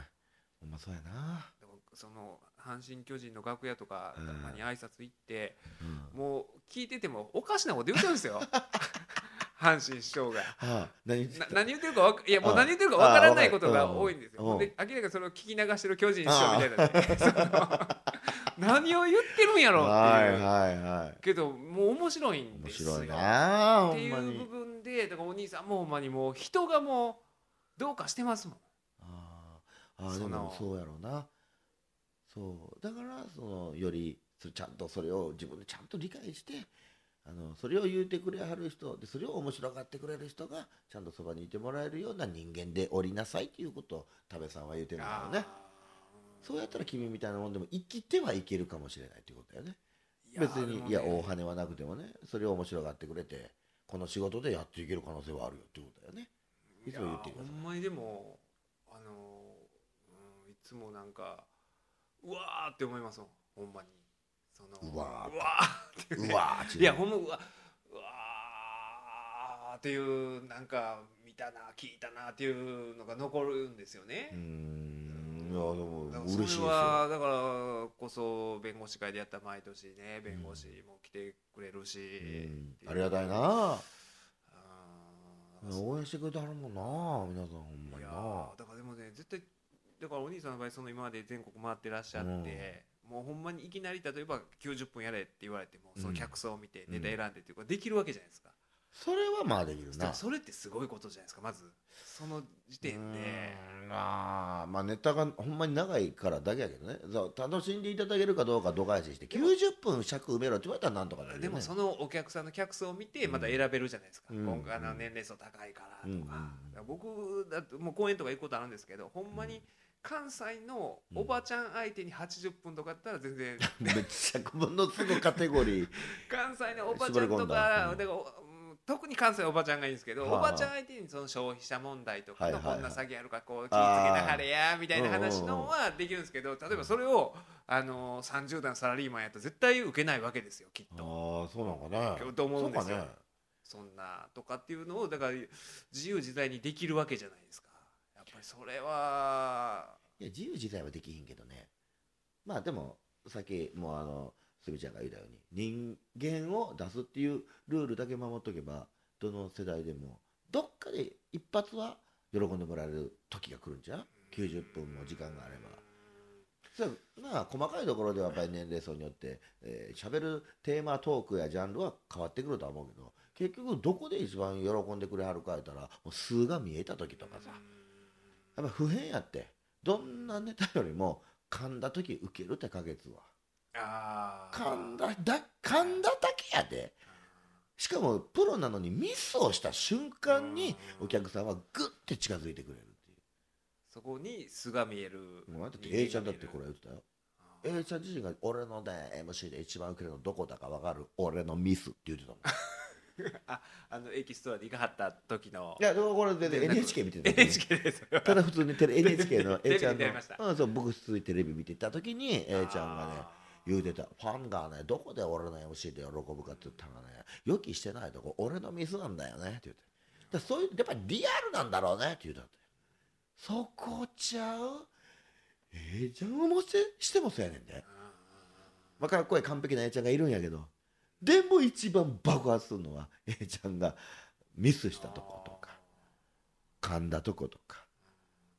B: ほんまそうやな、
A: でもその阪神・巨人の楽屋とか
B: うん
A: たまに挨拶行って、
B: うん
A: もう聞いててもおかしなこと言うてるん ですよ阪神師匠が。
B: はあ、何言って
A: な
B: た
A: 何言ってるかわかいやもう
B: あ
A: 何言ってるかわからないこと
B: あ
A: が
B: わかる
A: 多いんです
B: う
A: よ。
B: ん
A: で明らかにそれを聞き流してる巨人師匠みたいなねそ の何を言ってるんやろ
B: は
A: っ
B: い
A: ていう
B: はいは
A: けどもう面白い
B: い
A: ん
B: 面
A: です
B: 白
A: よ。
B: いなあ
A: っ
B: ほ
A: て
B: ん
A: い
B: ま
A: う部
B: に
A: 分でだからお兄さんもほんまにもう人がもうどうかしてますもん。
B: あーあーで
A: そ
B: も
A: の
B: そうやろうなそうだからそのよりそれちゃんとそれを自分でちゃんと理解してあのそれを言うてくれはる人でそれを面白がってくれる人がちゃんとそばにいてもらえるような人間でおりなさいっていうことを多部さんは言うてるんだろうね
A: あー
B: そうやったら君みたいなもんでも生きてはいけるかもしれないっていうことだよね
A: いや
B: 別に、
A: でも
B: いや
A: ね
B: 大羽はなくてもねそれを面白がってくれてこの仕事でやっていける可能性はあるよってことだよねいつも言ってください
A: やほんまにでもあのー、うん、いつもなんかうわーって思いますもんほんまにその
B: うわー
A: うわーっていう,、
B: うわー
A: いやほんまうわうわーっていうなんか見たな聞いたなっていうのが残るんですよね、
B: うーんいやでも
A: だから
B: 嬉しいです
A: それ
B: よ
A: はだからこそ弁護士会でやったら毎年ね弁護士も来てくれるし、
B: うん
A: ってう
B: ありがたいな
A: あます
B: 応援してくれてはるもんな皆さんほんま
A: い
B: に
A: や
B: な
A: ーだからでもね絶対だからお兄さんの場合その今まで全国回ってらっしゃって、もうほんまにいきなり例えば90分やれって言われても
B: うん
A: その客層を見て
B: うん
A: ネタ選んでっていうかできるわけじゃないですか、
B: それはまあできる
A: でも
B: な
A: それってすごいことじゃないですかまずその時点で
B: うーんまあまあネタがほんまに長いからだけやけどねそう楽しんでいただけるかどうか度外視して90分尺埋めろって言われたらなんとかなるよ
A: で
B: ね
A: もそのお客さんの客層を見てまた選べるじゃないですか、
B: うん
A: 今回あの年齢層高いからとか,、
B: うん
A: だから僕だともう公演とか行くことあるんですけどほんまに関西のおばちゃん相手に80分とかだったら全然
B: めっちゃものすごいカテゴリー
A: 関西のおばちゃんとか
B: 絞り込んだうん
A: だからおうん特に関西のおばちゃんがいいんですけど、
B: はあはあ
A: おばちゃん相手にその消費者問題とか
B: はい
A: の
B: はいは
A: こ
B: い
A: んな詐欺あるからこう気をつけなはれやみたいな話のはできるんですけど例えばそれを、あのー30代のサラリーマンやったら絶対受けないわけですよきっ
B: ああ
A: と。
B: そうなんかな
A: と思うんですよ
B: そうかね
A: そんなとかっていうのをだから自由自在にできるわけじゃないですか。やっぱりそれはい
B: や自由自在はできひんけどねまあでもさっきもうあのすみちゃんが言ったように人間を出すっていうルールだけ守っとけばどの世代でもどっかで一発は喜んでもらえる時が来るんじゃう90分も時間があればそれまあ細かいところではやっぱり年齢層によってえー喋、るテーマトークやジャンルは変わってくるとは思うけど結局どこで一番喜んでくれはるかやったらもう数が見えた時とかさやっぱ普遍やってどんなネタよりも噛んだ時受けるって可決は
A: あー
B: 噛んだだ噛んだだけやでしかもプロなのにミスをした瞬間にお客さんはグッて近づいてくれるっていう
A: そこに素が見える
B: もうだって A ちゃんだってこれ言ってたよ
A: あー
B: A ちゃん自身が俺のね MC で一番受けるのどこだか分かる俺のミスって言って たもんい
A: ああのエキストラで行かはった時の
B: やでもこれ全
A: で
B: 然
A: なんか
B: NHK 見てた
A: NHK ですよ
B: ただ普通にテレ NHK の
A: テレ
B: A
A: ビ
B: ちゃん
A: でやりました
B: の、うん、そう僕普通にテレビ見てた時に A ちゃんがね
A: あー
B: 言うてたファンがねどこで俺の MC で喜ぶかって言ったらね予期してないとこ俺のミスなんだよねって言ってだからそういうやっぱりリアルなんだろうねって言うたってそこちゃうええちゃんをもしてしてもそうやねんで、まあ、かっこいい完璧なえちゃんがいるんやけどでも一番爆発するのはえちゃんがミスしたとことか噛んだとことか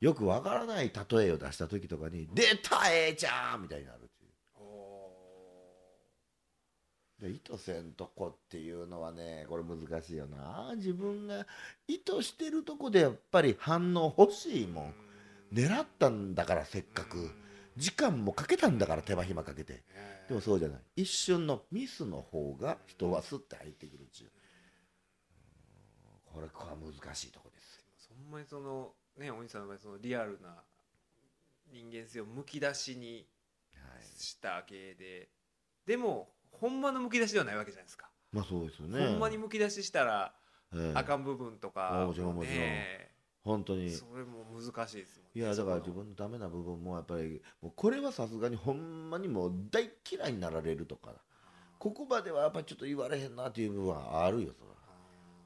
B: よくわからない例えを出した時とかに「出たえちゃん!」みたいになるっていう。
A: お
B: で意図せんとこっていうのはねこれ難しいよな自分が意図してるとこでやっぱり反応欲しいもん狙ったんだからせっかく時間もかけたんだから手間暇かけて
A: ーえー
B: でもそうじゃない一瞬のミスの方が人はスッて入ってくるっちゅううんこれこれは難しいとこです
A: そんなにそのねお兄さんの場合そのリアルな人間性をむき出しに
B: はい
A: した芸ででもほんまのむき出しではないわけじゃないですか、
B: まあそうですよね
A: ほんまにむき出ししたら
B: ええ
A: あかん部分とか、
B: あもちろんもちろん
A: ね
B: 本当に
A: それも難しいですもんね
B: いやだから
A: そ
B: 自
A: この
B: 分のダメな部分もやっぱりもうこれはさすがにほんまにもう大嫌いになられるとかここまではやっぱちょっと言われへんなっていう部分はあるよそら
A: あ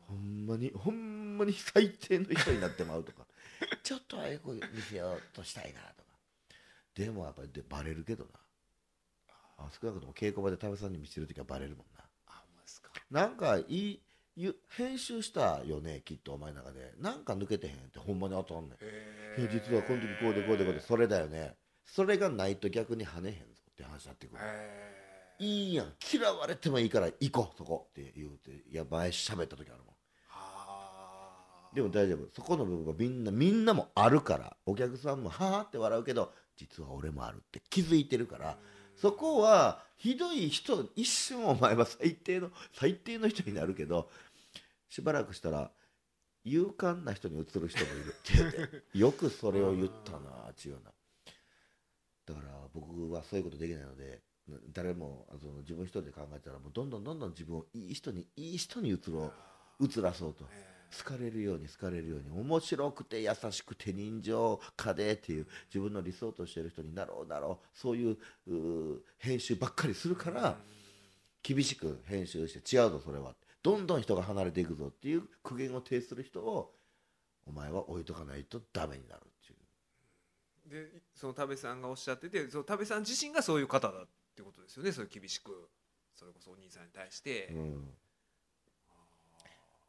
B: ほんまにほんまに 最低の人になってまうとか ちょっとはエコ見せようとしたいなとかでもやっぱりでバレるけどなあ少なくとも稽古場で田部さんに見せてる時はバレるもんな
A: ーあほんまですか
B: なんかいいゆ編集したよねきっとお前の中でなんか抜けてへんってほんまに当たんねん
A: へ
B: いや
A: ー
B: 実はこの時こうでこうでこうでそれだよねそれがないと逆に跳ねへんぞって話になってくる
A: へー
B: いいやん嫌われてもいいから行こうそこって言うていや前喋った時あるも
A: はー
B: んでも大丈夫そこの部分がみんなみんなもあるからお客さんもはーって笑うけど実は俺もあるって気づいてるからそこはひどい人一瞬お前は最低の 最低の人になるけどしばらくしたら勇敢な人に移る人もいるって言ってよくそれを言ったなあちようなだから僕はそういうことできないので誰もあの自分一人で考えたらもうどんどんどんどん自分をいい人にいい人に移ろう移らそうと
A: へ
B: 好かれるように好かれるように面白くて優しくて人情家でっていう自分の理想としてる人になろうなろうそういううー編集ばっかりするから厳しく編集して違うぞそれはどんどん人が離れていくぞっていう苦言を呈する人をお前は置いとかないとダメになるっていう
A: ーでその田部さんがおっしゃっててその田部さん自身がそういう方だってことですよねそういう厳しくそれこそお兄さんに対して、
B: うん、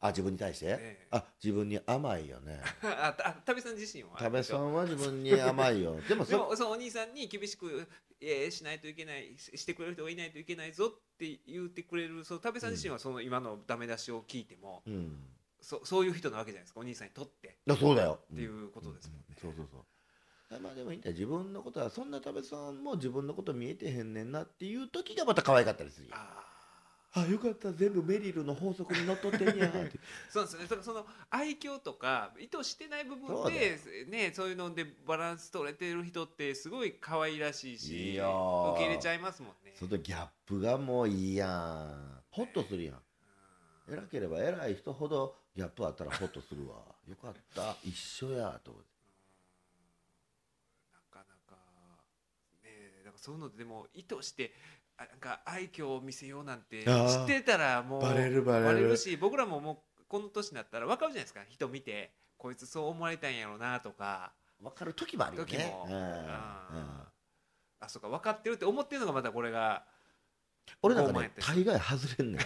B: あ自分に対して、
A: ええ
B: あ自分に甘いよね
A: あた旅さん自身は
B: 多部さんは自分に甘い よでも
A: で
B: そ
A: もそのお兄さんに厳しく、えーしないといけないししてくれる人がいないといけないぞって言ってくれるその田部さん自身はその今のダメ出しを聞いても、
B: うん
A: そそういう人なわけじゃないですかお兄さんにとって
B: だそうだよ
A: っていうことですもんね、
B: そうそうそうまあでもいいんだよ自分のことはそんな多部さんも自分のこと見えてへんねんなっていう時がまた可愛かったりするよ
A: あ
B: あよかった全部メリルの法則にのっとってんやって
A: あそうなんですよねだからその愛嬌とか意図してない部
B: そう
A: 分
B: だ
A: で
B: よ
A: そう,、ね、そういうのでバランス取れてる人ってすごい可愛らしいし
B: いいよ
A: 受け入れちゃいますもんね
B: そのギャップがもういいやんホッとするやん偉ければ偉い人ほどギャップあったらホッとするわよかった一緒やと思って
A: なかなかねえだからそういうのでも意図してあなんか愛嬌を見せようなんて知
B: あー
A: ってたらもう
B: バレるバレる
A: し僕らももうこの年になったら分かるじゃないですか人見てこいつそう思われたんやろうなとか
B: 分かる時もあるよね
A: 時も、
B: うんうん
A: あーあそうか分かってるって思ってるのがまたこれが
B: 俺なん
A: 傲
B: か
A: 慢や
B: ね
A: ったりする
B: 大概外 れんねん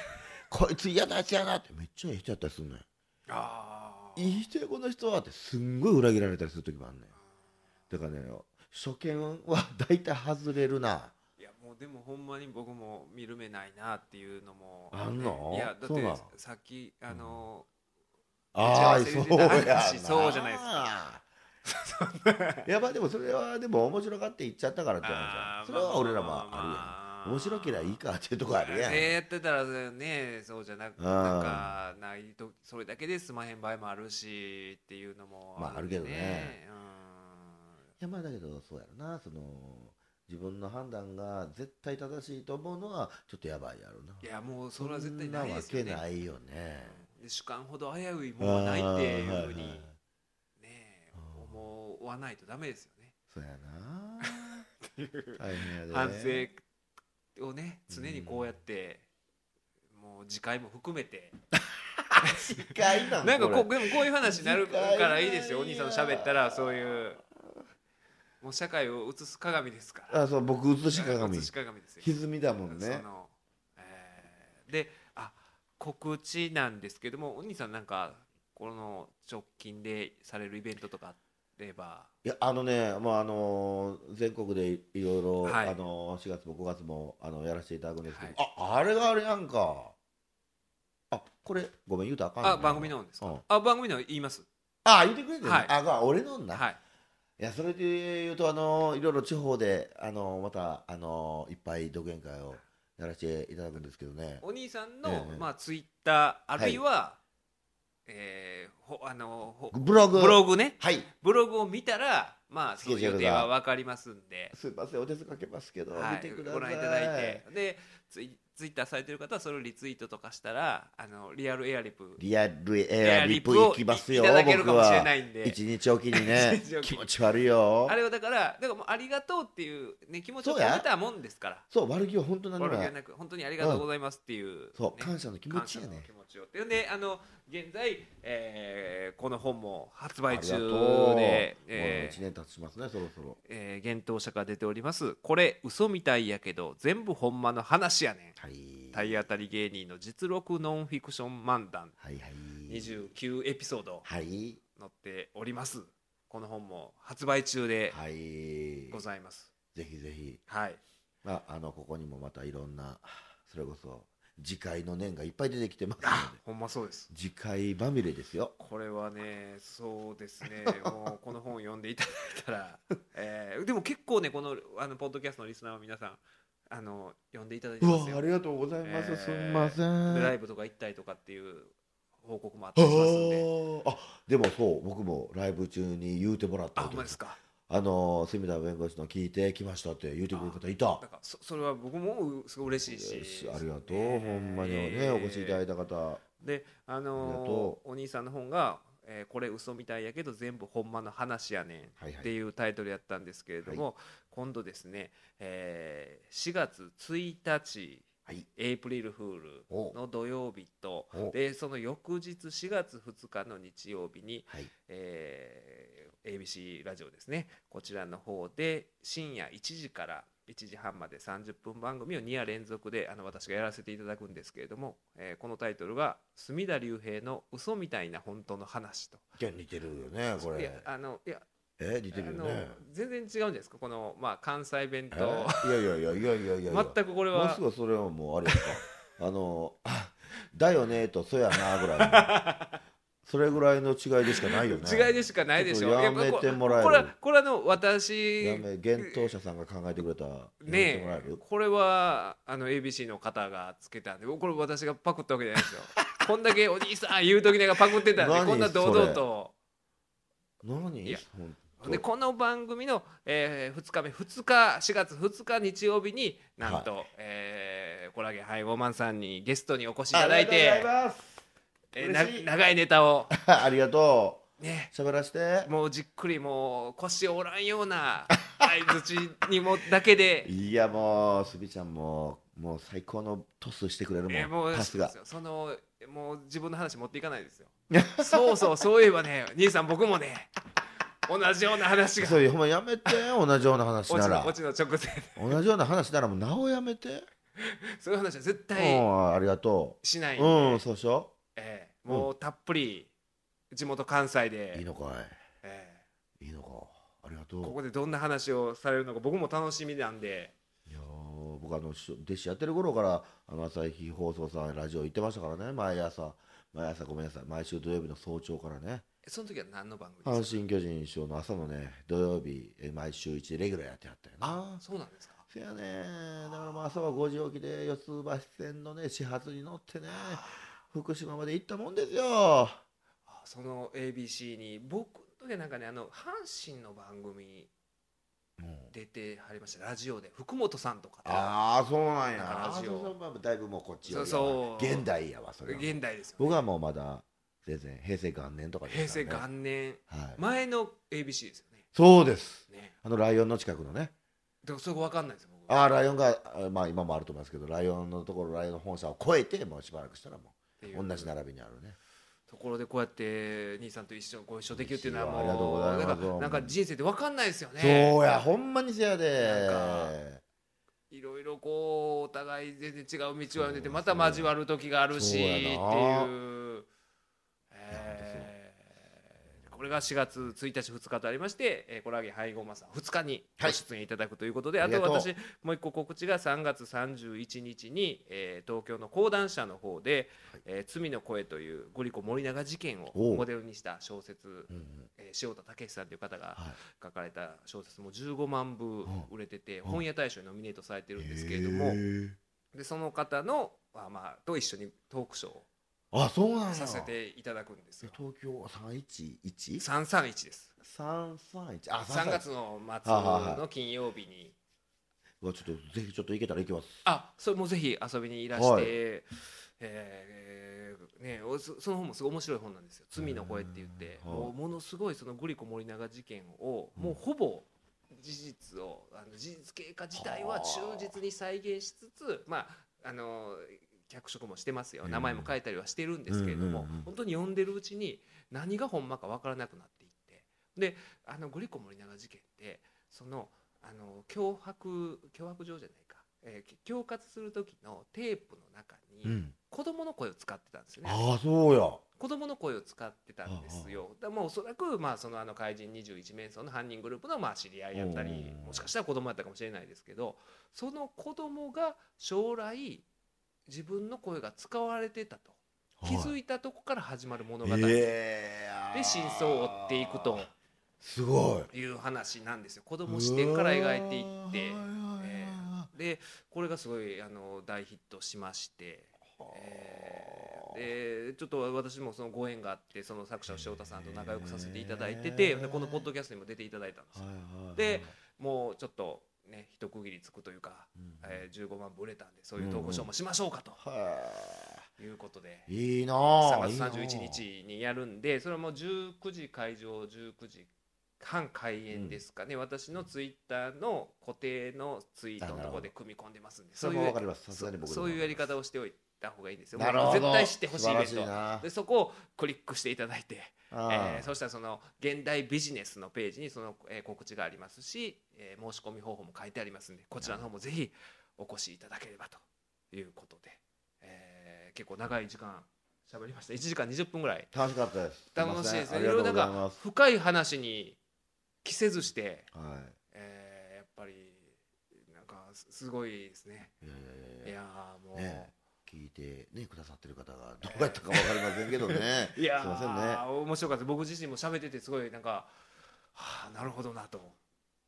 B: こいつ嫌なやつやなってめっちゃいい人やったりすんねん
A: あー
B: いい人やこの人はってすんごい裏切られたりする時もあんねんだからね初見は大体外れるない
A: やもうでもほんまに僕も見る目ないなっていうのも
B: あんの
A: いやだっ
B: そうな
A: て
B: の
A: さっきあの、
B: ああ
A: 打ち合
B: そ
A: わ
B: う
A: せで出た
B: やな
A: 話そうじゃないです
B: いやまあでもそれはでも面白がって言っちゃったからって
A: あ
B: 話
A: ー
B: じゃんそれは俺らも
A: まあまあま
B: あ
A: あ
B: るやん面白けりゃいいかっていうとこあるやん、
A: ねやってたらねそうじゃなく
B: うん
A: なんかないとそれだけで済まへん場合もあるしっていうのも
B: まああるけどね
A: うん
B: いやまあだけどそうやろなその自分の判断が絶対正しいと思うのはちょっとやばいやろない
A: やもうそれは絶対ないですよ
B: そんなわ
A: ね
B: けないよね
A: で主観ほど危ういものはないっていうふうにね
B: うん
A: 思わないとダメですよね
B: そ うやな大変やで
A: 反省をね常にこうやってもう次回も含めて
B: 深いな
A: なんかこ
B: れ
A: うでもこういう話になるからいいですよお
B: 次
A: 兄
B: 回
A: さん
B: は
A: と喋ったらそういうもう社会を映す鏡ですから
B: あそう僕映し鏡
A: 映し鏡ですよ
B: 歪みだもんね
A: そのえーであ告知なんですけどもお兄さんなんかこの直近でされるイベントとかあれば
B: いやあのね、まああの全国でいいろいろ、
A: はい
B: あの4月も5月もあのやらせていただくんですけど、
A: は
B: ああれがあれなんかあこれごめん言うたらあかんね
A: あ番組のんです
B: う
A: か
B: ん
A: あ番組の言います
B: あ言ってくれてる、
A: はい
B: あが俺のんな、
A: はい
B: い、やそれで言うとあのいろいろ地方であのまたあのいっぱい独演会をやらせていただくんですけどね
A: お兄さん
B: え
A: の
B: え
A: まあツイッターあるいはえーほあのほ
B: ブログ
A: ブログね
B: はい
A: ブログを見たら、まあ、
B: ス
A: そ
B: ケ
A: の
B: ジュー
A: 予
B: ルが
A: 定は分かりますんで、
B: すいませんお手数かけますけど、
A: はい
B: 見てくださ
A: ご
B: い
A: 覧いただいて、でツイ、ツイッターされてる方は、それをリツイートとかしたら、あのリアルエアリプ、
B: リアルエアリップ行きますよ
A: いただける
B: 僕
A: かもしれ
B: は
A: ないんで、
B: 一日おきにね
A: 一日おき
B: 気
A: に
B: 持ち悪いよ
A: あれはだから、だからもうありがとうっていう、ね、気持ちを
B: そうや
A: 込めたもんですから、
B: そう悪気は本当な
A: 悪
B: の
A: 気
B: が
A: はなく、本当にありがとうございますっていう、
B: そう
A: ね
B: 感謝の気持ち
A: 感
B: や
A: 謝
B: ね
A: の気持ちをっていうんであの現在、えーこの本も発売中
B: ありがと
A: で、
B: うもう
A: えー
B: 一年経ちますねそろそろ
A: えー、幻冬舎から出ております「これ嘘みたいやけど全部ほんまの話やねん」
B: はいはい
A: 体当たり芸人の実録ノンフィクション漫談
B: はい
A: 29エピソード
B: はい
A: 載っておりますこの本も発売中で
B: はい
A: ございます
B: ぜひぜひ
A: はい
B: まああのここにもまたいろんなそれこそ次回の念がいっぱい出てきてます
A: あ
B: ので
A: ほんまそうです
B: 次回まみれですよ
A: これはねそうですねもうこの本を読んでいただいたら、 えーでも結構ねこのあのポッドキャストのリスナーの皆さんあの読んでいただいて
B: う
A: ま
B: わ
A: すよ
B: ありがとうございます、
A: えー
B: すんません
A: でライブとか行ったりとかっていう報告もあっ
B: あ
A: たりしますんで
B: ーあでもそう僕もライブ中に言うてもらった
A: あ、ほん
B: こと
A: まですか。
B: あの隅田弁護士の聞いてきましたって言うてくれる方いた
A: だからそそれは僕もうすごい嬉しいし。
B: よしありがとう、
A: ね
B: ほんまにね、お越しいただいた方
A: で、あ
B: ありが
A: の
B: と
A: ーお兄さんの本が、えーこれ嘘みたいやけど全部ほんまの話やね
B: はい
A: ん」
B: は
A: って
B: い
A: いうタイトルやったんですけれども、今度ですね、えー4月1日
B: はい
A: エイプリルフール
B: お
A: の土曜日と
B: お
A: でその翌日4月2日の日曜日に、
B: はい
A: えー ABC ラジオですねこちらの方で深夜1時から、 1時半まで30分番組を2夜連続であの私がやらせていただくんですけれども、えーこのタイトルが「隅田竜平の嘘みたいな本当の話」と。
B: じゃあ似てるよねこ
A: い
B: れ
A: やあのいや
B: え似てるよね
A: あの全然違うんじゃないですかこの、まあ、関西弁
B: え
A: と、
B: いやいやいやいやいやいやいや
A: 全くこれ
B: もう
A: は
B: すぐそれはもうあれですか あの あだよねとそうやなぐら いそれぐらいの違いでしかないよね
A: 違いでしかないでしょ
B: ちょっとや
A: っぱ
B: めてもらえる
A: これはこれはあの
B: や
A: 私
B: め幻冬者さんが考えてくれたやめて
A: ね
B: もらえ
A: え
B: る
A: これはあの ABC の方がつけたんでこれ私がパクったわけじゃない ですよこんだけおじいさん言う時なんかパクってたんで
B: 何
A: こんな堂々と
B: 何
A: いや
B: ほんと
A: でこの番組の、え2日目2日4月2日日曜日になんと、えーコラゲンハイゴーマンさんにゲストにお越しいただい
B: あり
A: て、
B: がとうございます
A: えーな
B: 嬉しい
A: 長いネタを
B: ありがと
A: ね
B: う喋らせて
A: もうじっくりもう腰折らんような相槌にもだけで。
B: いやもうすびちゃんももう最高のトスしてくれるもん、
A: えーもう
B: パスが
A: そうですよそのもう自分の話持っていかないですよそうそうそういえばね兄さん僕もね同じような話が
B: そういうほんまやめて同じような話
A: 落
B: な
A: ちの
B: ら
A: 落ちの直前
B: 同じような話ならもうなおやめて、
A: そういう話は絶
B: う
A: 対
B: んありがと
A: しない
B: う
A: んで、
B: うんそうしよ
A: えーもうたっぷり地元関西
B: う、いい
A: で、
B: のか
A: え
B: いいいのかありがと
A: ー
B: う
A: ここでどんな話をされるのか僕も楽しみなんで
B: いやー僕あのし弟子やってる頃からあの朝日放送さんラジオ行ってましたからね毎朝毎朝ごめんなさい毎週土曜日の早朝からね
A: その時は何の番組です
B: 阪
A: か
B: 神・巨人師匠の朝のね土曜日え毎週1レギュラーやってはったよね
A: ああそうなんですか
B: せやねだからまあ朝は5時起きで四ツ橋線のね始発に乗ってね福島まで行ったもんですよ
A: あその ABC に僕の時はなんかねあの阪神の番組出てはりましたラジオで福本さんとかと
B: ああそうなんや
A: ラジオ
B: あーそうそうまあだいぶもうこっちより
A: そうそう
B: 現代やわそれは
A: 現代ですよ、ね、
B: 僕はもうまだ全然平成元年とかで
A: 平
B: す
A: 成
B: からね
A: 元年
B: はい
A: 前の ABC ですよね
B: そうです
A: ね
B: あのライオンの近くのね
A: でもそこ分かんないですよ僕っ
B: ああライオンがあまあ今もあると思いますけどライオンのところライオンの本社を越えてもうしばらくしたらも
A: ていうう
B: 同じ並びにあるね
A: ところでこうやって兄さんと一緒にご一緒できるっていうのはもう
B: ありがとうございます
A: なんかなんか人生って分かんないですよね
B: そうやほんまにせやで
A: なんいろいろこうお互い全然違う道を歩んでてまた交わる時があるしって
B: そう
A: い
B: やな
A: う、えーこれが4月1日2日とありまして、えー、コラーゲンハイゴマさん2日にご出演いただくということで、
B: はい
A: あと
B: ありがと
A: 私もう一個告知が3月31日に、えー東京の講談社の方で「えー罪の声」というグリコ森永事件を
B: おう
A: モデルにした小説
B: うんうん
A: えー塩田武さんという方が
B: はい
A: 書かれた小説も15万部売れてて
B: ん
A: 本屋大賞にノミネートされてるんですけれども
B: へー
A: でその方のまあまあと一緒にトークショーを
B: あそうなんや
A: させていただくんです
B: え
A: よ
B: 東京三一一
A: 三三一です
B: 三三一あ
A: 3
B: 331
A: 月の末の金曜日に
B: うわちょっとぜひちょっと行けたら行きます
A: あそれもぜひ遊びにいらして、
B: はい
A: えーね、おそその本もすごい面白い本なんですよ「罪の声」って言って、
B: うんはい
A: もうものすごいそのグリコ森永事件を、
B: うん
A: もうほぼ事実をあの事実経過自体は忠実に再現しつつまああの脚色もしてますよ
B: うん
A: 名前も書いたりはしてるんですけれども、
B: うんうんうん
A: 本当に読んでるうちに何がほんまか分からなくなっていってであのグリコ森永事件ってそのあの脅迫脅迫状じゃないか、えーき、恐喝する時のテープの中
B: う
A: に
B: ん
A: 子供の声を使ってたんですよね、
B: ああそうや
A: 子供の声を使ってたんですよだもうおそらく、まあ、そのあの怪人21面相の犯人グループのまあ知り合いやったり
B: うん
A: もしかしたら子供だったかもしれないですけどその子供が将来自分の声が使われてたと気づ
B: い
A: いたとこから始まる物語、
B: えー
A: で真相を追っていくと
B: すごい
A: いう話なんですよ子供視点から描いていって
B: うわー
A: えでこれがすごいあの大ヒットしまして、えーでちょっと私もそのご縁があってその作者の塩田さんと仲良くさせていただいてて
B: へー
A: でこのポッドキャストにも出ていただいたんですよ
B: はいはいはい
A: でもうちょっとね一区切りつくというか、
B: うん
A: えー15万部売れたんでそういう投稿ショーもしましょうかと
B: は
A: いうことで。
B: いいいな
A: 3
B: あ
A: 月
B: いい
A: 31
B: なあ
A: 日にやるんでそれはもう19時会場19時半開演ですかね、私のツイッターの固定のツイートのところで組み込んでますんで
B: そ
A: そう
B: れ
A: い
B: も
A: う
B: わかりますさすがに僕でも
A: そういうやり方をしておいた方がいいんですよ
B: なるほど
A: 絶対知ってほしいイベン
B: 素晴らしいな
A: トでそこをクリックしていただいて
B: あー
A: えー、そしたらその現代ビジネスのページにその、えー告知がありますし、えー申し込み方法も書いてありますんでこちらの方もぜひお越しいただければということで、えー結構長い時間喋りました1時間20分ぐらい
B: 楽しかったです。
A: 楽しいですねい
B: すませんありが
A: ろい
B: と
A: ろ
B: う
A: な
B: ご
A: ん
B: ざい
A: か
B: ます。
A: 深い話に着せずして、
B: は
A: えーやっぱりなんかすすごいですね
B: い。いやいや
A: い
B: いや
A: やーもう、
B: ね聞いてねくださってる方がどうやったかわかりませんけどね。
A: いや
B: すいませんね。
A: ー面白かった僕自身も喋っててすごいなんかはあなるほどなと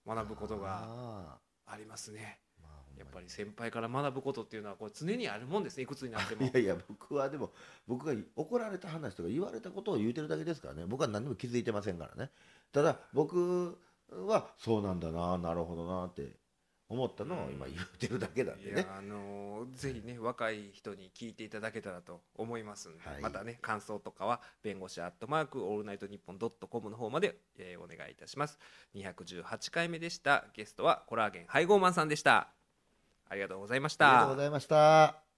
A: 学ぶこと
B: あ
A: がありますね
B: ー。まあほんまに
A: やっぱり先輩から学ぶことっていうのはこう常にあるもんですねいくつになっても
B: いやいや僕はでも僕が怒られた話とか言われたことを言うてるだけですからね僕は何も気づいてませんからねただ僕はそうなんだななるほどなって思ったのを今言うてるだけなんで
A: いや
B: ね
A: あのーぜひね若い人に聞いていただけたらと思いますんで、
B: はい
A: またね感想とかは弁護士アットマークオールナイトニッポンドットコムの方まで、えーお願いいたします218回目でしたゲストはコラーゲン配合マンさんでしたありがとうございまし
B: ありがと
A: た
B: うございました